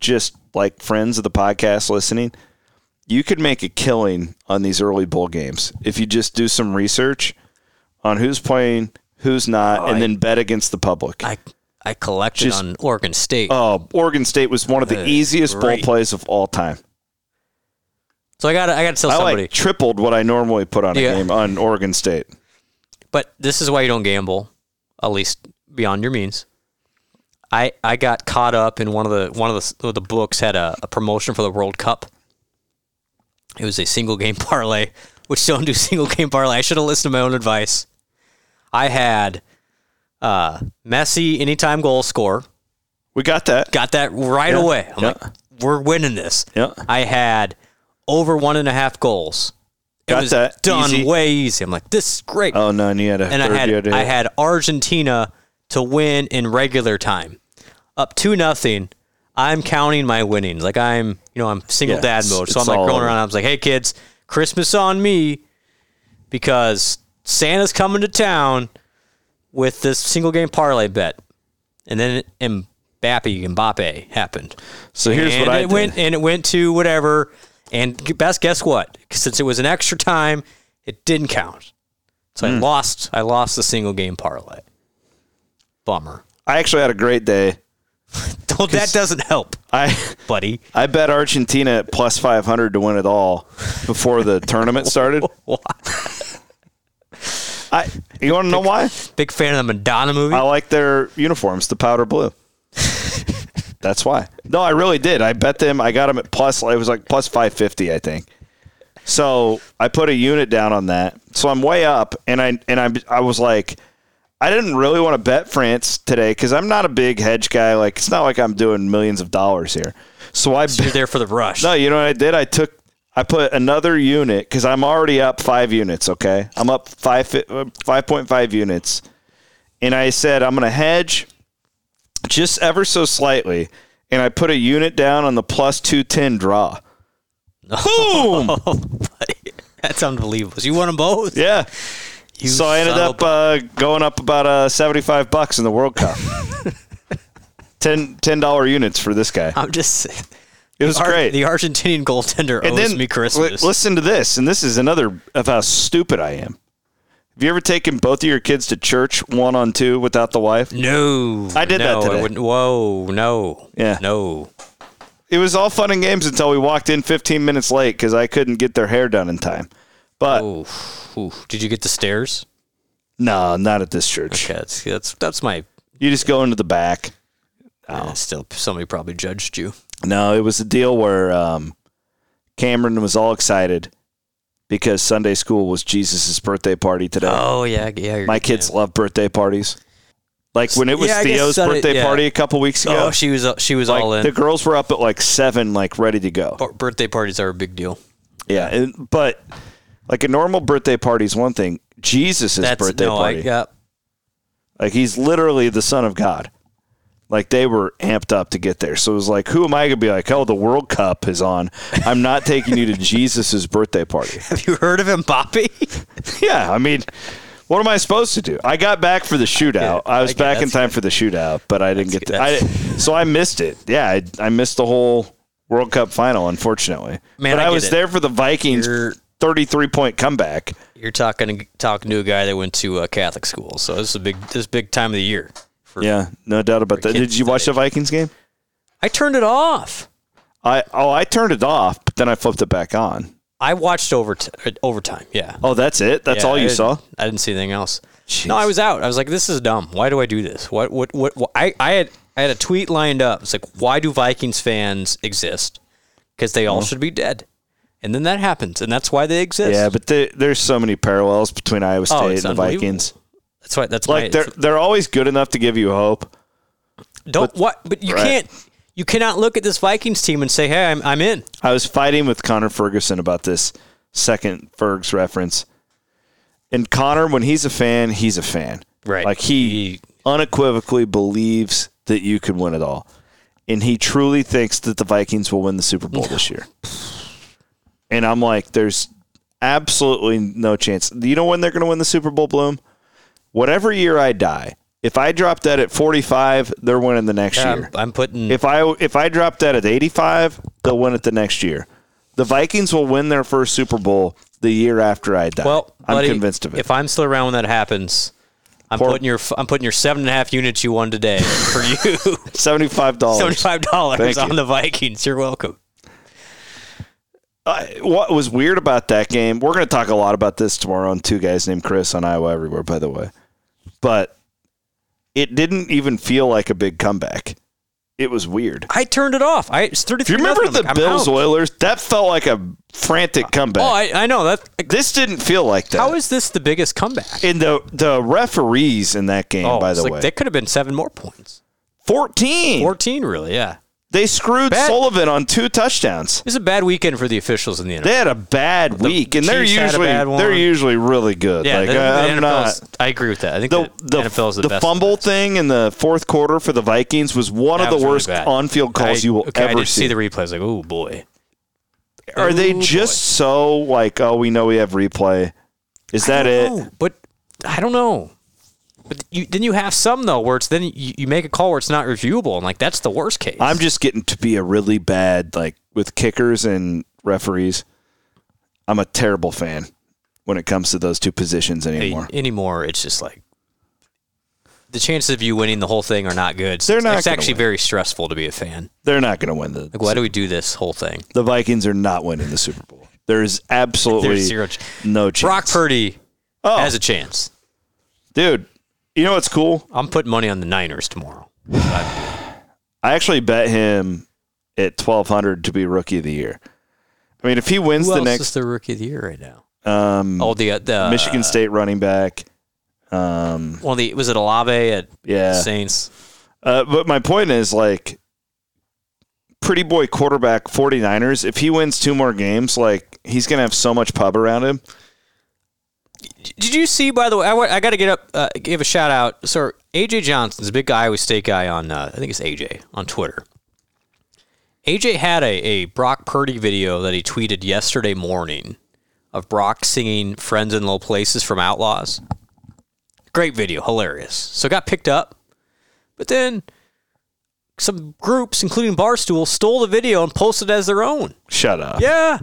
S2: just like friends of the podcast listening, you could make a killing on these early bowl games if you just do some research on who's playing, who's not,
S3: Oh,
S2: and then bet against the public.
S3: I I collected
S2: Just-
S3: on Oregon State.
S2: Uh, Oregon State was one of the
S3: Uh,
S2: easiest
S3: great.
S2: bowl plays of all time.
S3: so I got I got to tell
S2: I
S3: somebody.
S2: like tripled what I normally put on a
S3: Yeah.
S2: game on Oregon State.
S3: But this is why you don't gamble, at least beyond your means. I I got caught up in one of the one of the, the books had a, a promotion for the World Cup. It was a single game [LAUGHS] parlay, which don't do single game parlay. I should have listened to my own advice. I had uh, Messi anytime goal score.
S2: We got that.
S3: Got that right
S2: Yeah,
S3: away. I'm
S2: yeah.
S3: like, we're winning this.
S2: Yeah.
S3: I had over one and a half goals. It
S2: Got
S3: was
S2: that.
S3: done
S2: Easy.
S3: way easy. I'm like, this is great
S2: Oh no, and you had a
S3: and I
S2: third you
S3: had
S2: to
S3: I
S2: hit.
S3: had Argentina to win in regular time, up two nothing. I'm counting my winnings, like I'm you know I'm single
S2: Yeah,
S3: dad
S2: it's-
S3: mode. So I'm
S2: it's
S3: like
S2: all
S3: going
S2: over.
S3: around. I was like, hey kids, Christmas on me, because Santa's coming to town with this single game parlay bet, and then Mbappe Bappy and Mbappe happened.
S2: So here's
S3: and
S2: what I
S3: it
S2: did.
S3: went and it went to whatever. And g- best guess what? Since it was an extra time, it didn't count. So
S2: Hmm.
S3: I lost. I lost the single game parlay. Bummer.
S2: I actually had a great day.
S3: Well, that doesn't help,
S2: I [LAUGHS]
S3: buddy.
S2: I bet Argentina at plus 500 to win it all before the tournament
S3: [LAUGHS]
S2: started. I you want to know why?
S3: Big fan of the Madonna movie.
S2: I like their uniforms, the powder blue. That's why. No, I really did. I bet them. I got them at plus. It was like plus five fifty, I think. So I put a unit down on that. So I'm way up, and I and I I was like, I didn't really want to bet France today because I'm not a big hedge guy. Like it's not like I'm doing millions of dollars here. So I
S3: You're there for the rush. [LAUGHS]
S2: no, you know what I did? I took, I put another unit because I'm already up five units. Okay, I'm up five uh, five point five units, and I said I'm gonna hedge just ever so slightly, and I put a unit down on the plus two ten draw. Boom!
S3: [LAUGHS] That's unbelievable. So you won them both.
S2: yeah.
S3: You
S2: So I ended
S3: son of
S2: up uh, going up about uh, seventy five bucks in the World Cup. 10 dollar units for this guy.
S3: a- I'm just. saying.
S2: It was
S3: Ar-
S2: uh, great.
S3: The Argentinian goaltender
S2: and
S3: owes
S2: then
S3: Oh, me Christmas.
S2: li- listen to this, and this is another of how stupid I am. Have you ever taken both of your kids to church one on two without the wife?
S3: no,
S2: I did that
S3: no,
S2: today.
S3: I wouldn't. Whoa, no,
S2: Yeah.
S3: no.
S2: It was all fun and games until we walked in 15 minutes late because I couldn't get their hair done in time. But
S3: Oh, oof. did you get the stairs?
S2: no, not at this church.
S3: Okay, that's that's, that's my.
S2: You just go into the back.
S3: eh, still, somebody probably judged you.
S2: No, it was a deal where um, Cameron was all excited because Sunday school was Jesus' birthday party today.
S3: Oh yeah, yeah. you're-
S2: My kids love birthday parties. Like when it was
S3: Yeah, I guess
S2: Theo's
S3: Sunday-
S2: birthday
S3: yeah.
S2: party a couple weeks ago.
S3: Oh, she was uh, she was
S2: Like,
S3: all in.
S2: The girls were up at like seven, like ready to go.
S3: Par- birthday parties are a big deal.
S2: Yeah, and, but like a normal birthday party is one thing. Jesus'
S3: That's
S2: birthday
S3: no,
S2: party,
S3: I got.
S2: like he's literally the son of God. Like they were amped up to get there, so it was like, who am I gonna be like? Oh, the World Cup is on. I'm not taking you to [LAUGHS] Jesus' birthday party.
S3: Have you heard of Mbappe?
S2: yeah, I mean. What am I supposed to do? I got back for the shootout. I was
S3: I get-
S2: back in
S3: that's
S2: time for the shootout, but I didn't get. To, I, so I missed it. Yeah, I, I missed the whole World Cup final, unfortunately.
S3: Man,
S2: but
S3: I
S2: I,
S3: get
S2: was
S3: it.
S2: there for the Vikings'
S3: You're-
S2: 33 point comeback.
S3: [LAUGHS] You're talking talking to a guy that went to uh, Catholic school, so this is a big this is a big time of the year. For,
S2: Yeah, no doubt about that.
S3: kids
S2: Did you watch the Vikings game?
S3: I turned it off.
S2: I oh, I turned it off, but then I flipped it back on.
S3: I watched over uh, overtime. Yeah.
S2: Oh, that's it. That's
S3: Yeah,
S2: all
S3: I
S2: you
S3: didn't-
S2: saw.
S3: I didn't see anything else. No, I was out. I was like, this is dumb. Why do I do this? What? What? What? what? I, I had I had a tweet lined up. It's like, why do Vikings fans exist? Because they
S2: Uh-huh.
S3: all should be dead. And then that happens, and that's why they exist.
S2: Yeah, but there there's so many parallels between Iowa State
S3: Oh,
S2: and
S3: it's
S2: the
S3: unbelievable.
S2: Vikings.
S3: that's why. That's
S2: Like
S3: my,
S2: they're they're always good enough to give you hope.
S3: don't what. But you
S2: Right.
S3: can't. You cannot look at this Vikings team and say, hey, I'm I'm in.
S2: I was fighting with Connor Ferguson about this second Fergs reference. And Connor, when he's a fan, he's a fan.
S3: Right.
S2: Like he,
S3: He-
S2: unequivocally believes that you can win it all. And he truly thinks that the Vikings will win the Super Bowl this year. And I'm like, there's absolutely no chance. You know when they're going to win the Super Bowl, Bloom? Whatever year I die, if I drop that at 45, they're winning the next
S3: Yeah,
S2: year.
S3: I'm, I'm putting.
S2: If I if I drop that at 85, they'll win it the next year. The Vikings will win their first Super Bowl the year after I die.
S3: well,
S2: I'm
S3: buddy,
S2: convinced of it.
S3: If I'm still around when that happens. I'm
S2: Poor-
S3: putting your f- I'm putting your seven and a half units you won today for
S2: [LAUGHS]
S3: you.
S2: Seventy-five dollars.
S3: Seventy-five dollars
S2: Thank
S3: on
S2: you.
S3: the Vikings. You're welcome.
S2: I- Uh, what was weird about that game, we're going to talk a lot about this tomorrow on two guys named Chris on Iowa Everywhere, by the way. But it didn't even feel like a big comeback. It was weird.
S3: I turned it off. I it's
S2: Do
S3: thirty-three.
S2: you remember the
S3: nothing. I'm
S2: Bills
S3: out.
S2: Oilers? That felt like a frantic comeback.
S3: Oh, I, I know that.
S2: this didn't feel like that.
S3: How is this the biggest comeback?
S2: and the the referees in that game,
S3: oh,
S2: by
S3: it's
S2: the
S3: like,
S2: way,
S3: that could have been seven more points.
S2: 14.
S3: Fourteen, really? Yeah.
S2: They screwed
S3: Bad-
S2: Sullivan on two touchdowns.
S3: This is a bad weekend for the officials in the NFL.
S2: They had a bad week, and they're
S3: Chiefs had a
S2: usually
S3: bad one.
S2: they're usually really good.
S3: yeah,
S2: like,
S3: the,
S2: I-
S3: the
S2: I'm
S3: NFL's
S2: not.
S3: I agree with that. I think
S2: The, the,
S3: NFL is the,
S2: the
S3: best.
S2: fumble thing in the fourth quarter for the Vikings was one
S3: That
S2: of
S3: was
S2: the
S3: really
S2: worst
S3: bad.
S2: on-field calls
S3: I-
S2: you will
S3: okay, I
S2: ever
S3: did
S2: see.
S3: see the replays. Like, oh boy.
S2: Are they just so like, oh, we know we have replay? Is that it?
S3: No, but I don't know. But you, then you have some though where it's then you, you make a call where it's not reviewable, and like that's the worst case.
S2: I'm just getting to be a really bad like with kickers and referees. I'm a terrible fan when it comes to those two positions anymore.
S3: anymore. anymore. It's just like the chances of you winning the whole thing are not good. So
S2: They're
S3: it's-
S2: not
S3: It's
S2: gonna
S3: actually
S2: win.
S3: very stressful to be a fan.
S2: They're not going to win the
S3: Like, why do we do this whole thing?
S2: the Vikings are not winning the Super Bowl. There is absolutely
S3: There's zero. Ch-
S2: no chance.
S3: Brock Purdy
S2: oh,
S3: has a chance.
S2: dude, you know what's cool?
S3: I'm putting money on the Niners tomorrow.
S2: I actually bet him at 1200 to be rookie of the year. I mean, if he wins
S3: Who
S2: the
S3: else
S2: next
S3: is the rookie of the year right now?
S2: um,
S3: Oh, the uh, the
S2: Michigan State running back. Um,
S3: Well, the was it Alave at
S2: yeah.
S3: Saints?
S2: Uh, but my point is like pretty boy quarterback 49ers if he wins two more games like he's gonna have so much pub around him
S3: Did you see? By the way, I, wa- I got to get up, uh, give a shout out. Sir AJ Johnson's a big Iowa State guy on, uh, I think it's AJ on Twitter. AJ had a, a Brock Purdy video that he tweeted yesterday morning of Brock singing "Friends in Low Places" from Outlaws. Great video, hilarious. So it got picked up, but then some groups, including Barstool, stole the video and posted it as their own.
S2: shut up
S3: Yeah.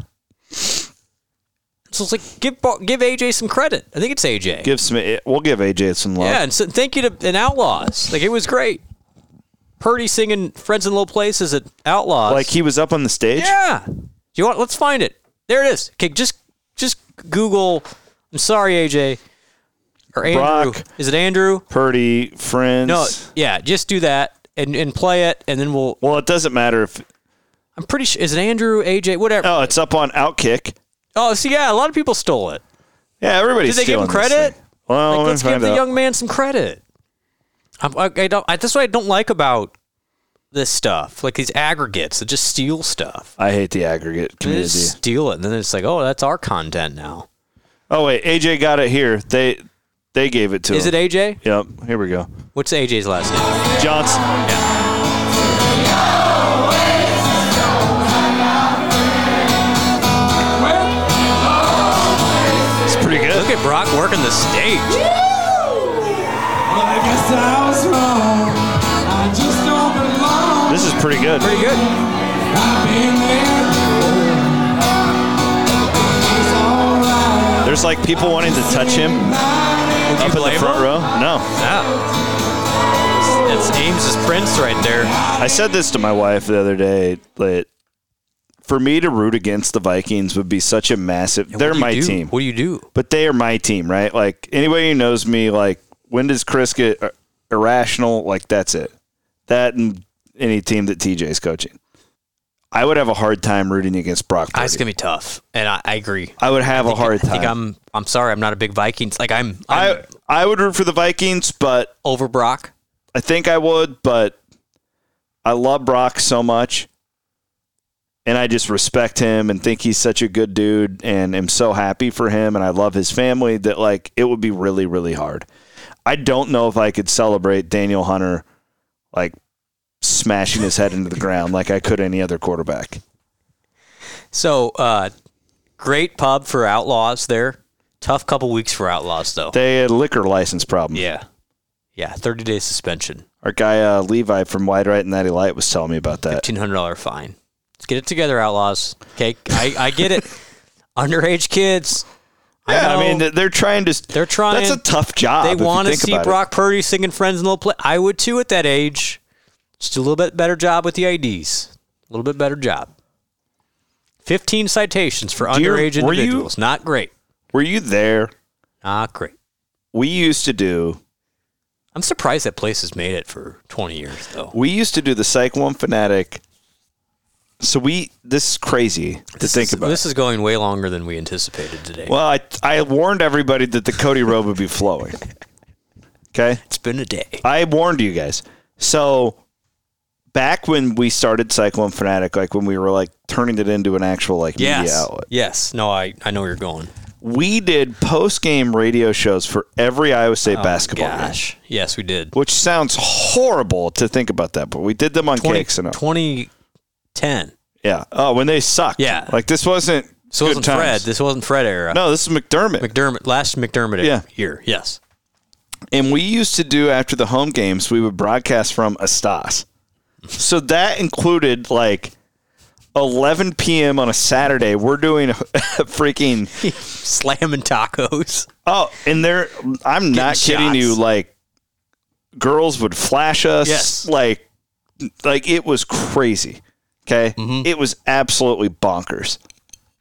S3: So it's like give Bar- give AJ some credit. I think it's AJ.
S2: give Smith we'll give AJ some love
S3: yeah, and so thank you to an Outlaws. Like it was great. Purdy singing "Friends in Low Places" at Outlaws.
S2: like he was up on the stage
S3: yeah. Do you want? Let's find it. There it is. Okay, just just Google. I'm sorry, AJ. Or Andrew.
S2: Brock.
S3: Is it Andrew?
S2: Purdy friends
S3: No. Yeah, just do that and and play it, and then we'll.
S2: well it doesn't matter if
S3: I'm pretty sure. Is it Andrew? AJ? Whatever.
S2: oh it's up on Outkick
S3: oh, so yeah, a lot of people stole it.
S2: yeah everybody's
S3: Did they give him
S2: stealing this
S3: credit?
S2: thing. well
S3: Like,
S2: we'll
S3: let's give
S2: find
S3: the
S2: out.
S3: young man some credit. I'm, I, I don't. I, that's what I don't like about this stuff, like these aggregates that just steal stuff.
S2: I hate the aggregate
S3: They
S2: community
S3: just steal it, and then it's like, oh, that's our content now.
S2: oh wait AJ got it here they they gave it to
S3: Is it
S2: him
S3: AJ?
S2: yep here we go
S3: What's AJ's last name?
S2: Johnson it's pretty good
S3: Look at Brock working the stage.
S5: I guess I was wrong. I just don't belong.
S2: This is pretty good.
S3: Pretty good.
S5: I've been there before. It's alright.
S2: There's like people wanting to touch him
S3: Would you
S2: up in the
S3: blame
S2: front
S3: him?
S2: row. No.
S3: Yeah. That's Ames's Prince right there.
S2: I said this to my wife the other day that for me to root against the Vikings would be such a massive.
S3: And what
S2: They're
S3: do you
S2: my
S3: do?
S2: team.
S3: What do you do?
S2: But they are my team, right? Like anybody who knows me, like when does Chris get ir- irrational? Like that's it. That and any team that TJ's coaching. I would have a hard time rooting against Brock.
S3: Ah, It's
S2: Purdy.
S3: gonna be tough, and I, I agree.
S2: I would have a hard
S3: I think
S2: time.
S3: I'm. I'm sorry. I'm not a big Vikings. Like I'm. I'm
S2: I I would root for the Vikings, but
S3: over Brock.
S2: I think I would, but I love Brock so much. And I just respect him and think he's such a good dude and am so happy for him. And I love his family that, like, it would be really, really hard. I don't know if I could celebrate Daniel Hunter, like, smashing his head into the ground like I could any other quarterback.
S3: So, uh, great pub for Outlaws there. Tough couple weeks for Outlaws, though.
S2: They had a liquor license problem.
S3: yeah. Yeah, 30 day suspension,
S2: Our guy, uh, Levi from Wide Right and Natty Light, was telling me about that.
S3: $1,500 fine. Let's get it together, Outlaws. Okay, I, I get it. [LAUGHS] Underage kids.
S2: Yeah, I
S3: know.
S2: mean, they're trying to.
S3: They're trying.
S2: That's a tough job.
S3: They
S2: if you
S3: want to
S2: think
S3: see
S2: about it.
S3: Brock Purdy singing Friends in Little Play. I would too at that age. Just do a little bit better job with the IDs. A little bit better job. 15 citations for
S2: Do you-
S3: underage
S2: were you-
S3: individuals. Not great.
S2: Were you there?
S3: Not great.
S2: we used to do
S3: I'm surprised that place has made it for 20 years, though.
S2: we used to do the psych one fanatic so we this is crazy to think
S3: is,
S2: about
S3: This is going way longer than we anticipated today.
S2: well I, I warned everybody that the cody road would be
S3: [LAUGHS]
S2: flowing okay
S3: it's been a day.
S2: i warned you guys so back when we started cyclone fanatic like when we were like turning it into an actual like media
S3: Yes.
S2: outlet
S3: Yes. No, I, I know where you're going.
S2: we did post-game radio shows for every iowa state basketball game
S3: Oh Gosh. Yes, we did.
S2: which sounds horrible to think about that but we did them on
S3: 20
S2: cakes and
S3: 2010.
S2: Yeah. Oh, when they sucked.
S3: Yeah.
S2: Like this wasn't.
S3: This wasn't
S2: good times.
S3: Fred. This wasn't Fred era.
S2: no, this is McDermott.
S3: McDermott. Last McDermott era
S2: Yeah.
S3: year. Yes.
S2: And we used to do after the home games, we would broadcast from Estas. So that included like 11 p.m. on a Saturday. We're doing [LAUGHS] a freaking
S3: slamming tacos. [LAUGHS]
S2: Oh, and there, I'm not kidding
S3: shots.
S2: you. Like, girls would flash us.
S3: Yes.
S2: Like, like it was crazy. Okay,
S3: Mm-hmm.
S2: it was absolutely bonkers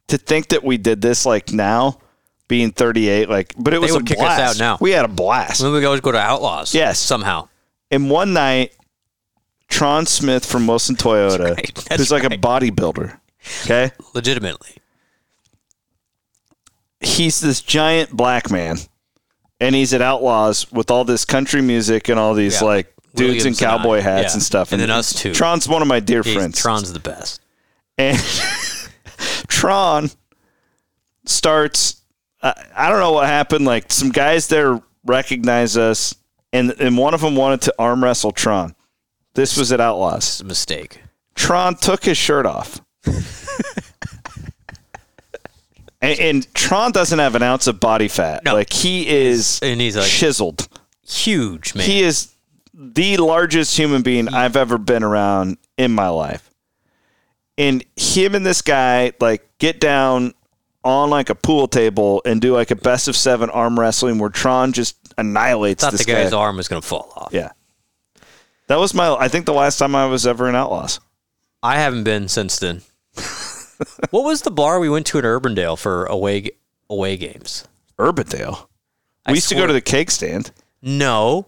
S2: to think that we did this. Like now, being 38, like, but it was
S3: would
S2: a
S3: kick us out
S2: blast.
S3: now. Mm-hmm.
S2: we had a blast.
S3: Then we always go to Outlaws.
S2: Yes.
S3: somehow.
S2: And one night, Tron Smith from Wilson Toyota,
S3: right, that's
S2: who's like a bodybuilder. Okay,
S3: legitimately.
S2: he's this giant black man and he's at outlaws with all this country music and all these
S3: Yeah.
S2: like dudes in
S3: Williams and
S2: cowboy
S3: I,
S2: hats
S3: yeah.
S2: and stuff
S3: And then us too.
S2: tron's one of my dear
S3: He's-
S2: friends
S3: Tron's the best.
S2: [LAUGHS] and tron starts I i don't know what happened like some guys there recognized us and and one of them wanted to arm wrestle tron this was at outlaws
S3: It's a mistake.
S2: Tron took his shirt
S3: [LAUGHS]
S2: off. and, and Tron doesn't have an ounce of body fat.
S3: No.
S2: Like he is
S3: And he's like-
S2: chiseled.
S3: Huge man. Mm-hmm.
S2: He is the largest human being I've ever been around in my life. And him and this guy like get down on like a pool table and do like a best of seven arm wrestling where Tron just annihilates
S3: thought
S2: this
S3: the guy's
S2: guy.
S3: arm was going to fall off.
S2: Yeah. That was my I think the last time I was ever in Outlaws.
S3: I haven't been since then.
S2: [LAUGHS]
S3: what was the bar we went to in Urbandale for away g- away games?
S2: Urbandale.
S3: I
S2: we used to go
S3: swear-
S2: to the cake stand.
S3: No,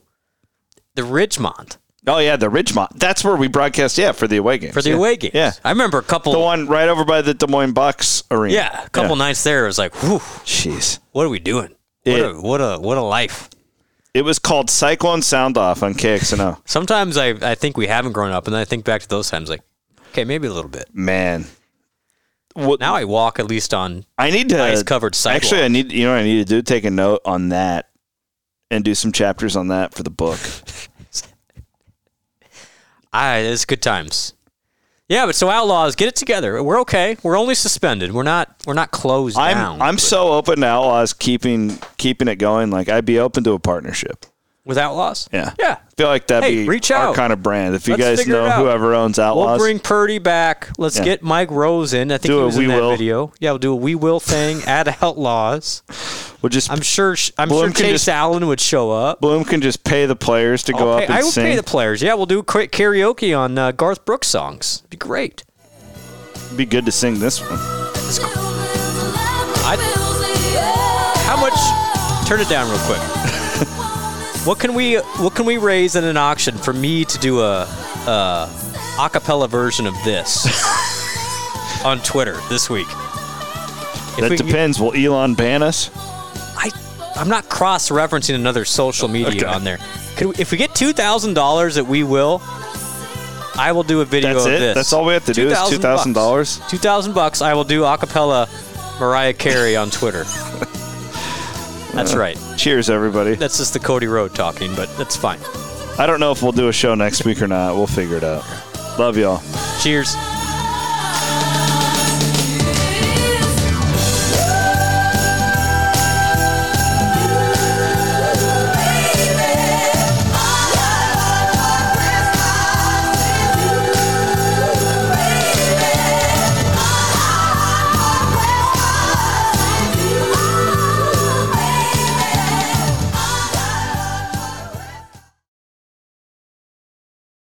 S3: the Ridgemont
S2: Oh yeah, the Ridgemont. That's where we broadcast. Yeah, for the away games.
S3: for the
S2: yeah.
S3: away games.
S2: Yeah,
S3: I remember a couple.
S2: the one right over by the Des Moines Bucks arena.
S3: yeah, a couple nights there. It was like, whew,
S2: Jeez,
S3: what are we doing? What
S2: It-
S3: a what a what a life.
S2: it was called Cyclone Sound Off on KXNO.
S3: Sometimes I, I think we haven't grown up, and then I think back to those times, like, okay, maybe a little bit.
S2: Man, what,
S3: Now I walk at least on.
S2: I need to
S3: ice-covered sidewalk.
S2: Actually, I need you know what I need to do take a note on that and do some chapters on that for the
S3: [LAUGHS]
S2: book.
S3: I ah, it's good times. Yeah, but so outlaws, get it together. We're okay. We're only suspended. We're not. We're not closed
S2: I'm
S3: down.
S2: I'm so open to Outlaws keeping keeping it going. Like I'd be open to a partnership.
S3: with outlaws.
S2: Yeah,
S3: Yeah.
S2: I feel like that'd
S3: Hey,
S2: be
S3: reach
S2: our
S3: out.
S2: kind of brand. If you
S3: Let's
S2: guys
S3: figure it
S2: know
S3: out.
S2: whoever owns Outlaws,
S3: We'll bring Purdy back. Let's
S2: Yeah.
S3: get Mike Rose in. I think
S2: Do
S3: he
S2: a
S3: was
S2: we
S3: in that
S2: will.
S3: video. Yeah, we'll do a we will thing [LAUGHS] at Outlaws.
S2: we'll just
S3: I'm sure. sh- I'm
S2: Bloom
S3: sure
S2: can
S3: Chase
S2: just-
S3: Allen would show up.
S2: Bloom can just pay the players to go
S3: I'll
S2: up
S3: pay-
S2: and
S3: I will
S2: sing.
S3: pay the players. Yeah, we'll do cra- karaoke on uh, Garth Brooks songs. It'd be great.
S2: Be good to sing this one.
S3: How much? Turn it down real quick. what can we What can we raise at an auction for me to do a, a acapella version of
S2: [LAUGHS]
S3: this on Twitter this week? If
S2: that
S3: we can-
S2: depends. Will Elon ban us?
S3: I I'm not cross referencing another social
S2: Okay.
S3: media on there. Could we, if we get two thousand dollars that we will, I will do a video
S2: That's
S3: of
S2: it?
S3: this.
S2: That's all we have to do is $2,000?
S3: Two thousand bucks. I will do acapella Mariah Carey
S2: [LAUGHS]
S3: on Twitter. That's right.
S2: Cheers, everybody.
S3: That's just the Cody Road talking, but that's fine.
S2: I don't know if we'll do a show next week or not. We'll figure it out. Love y'all.
S3: Cheers.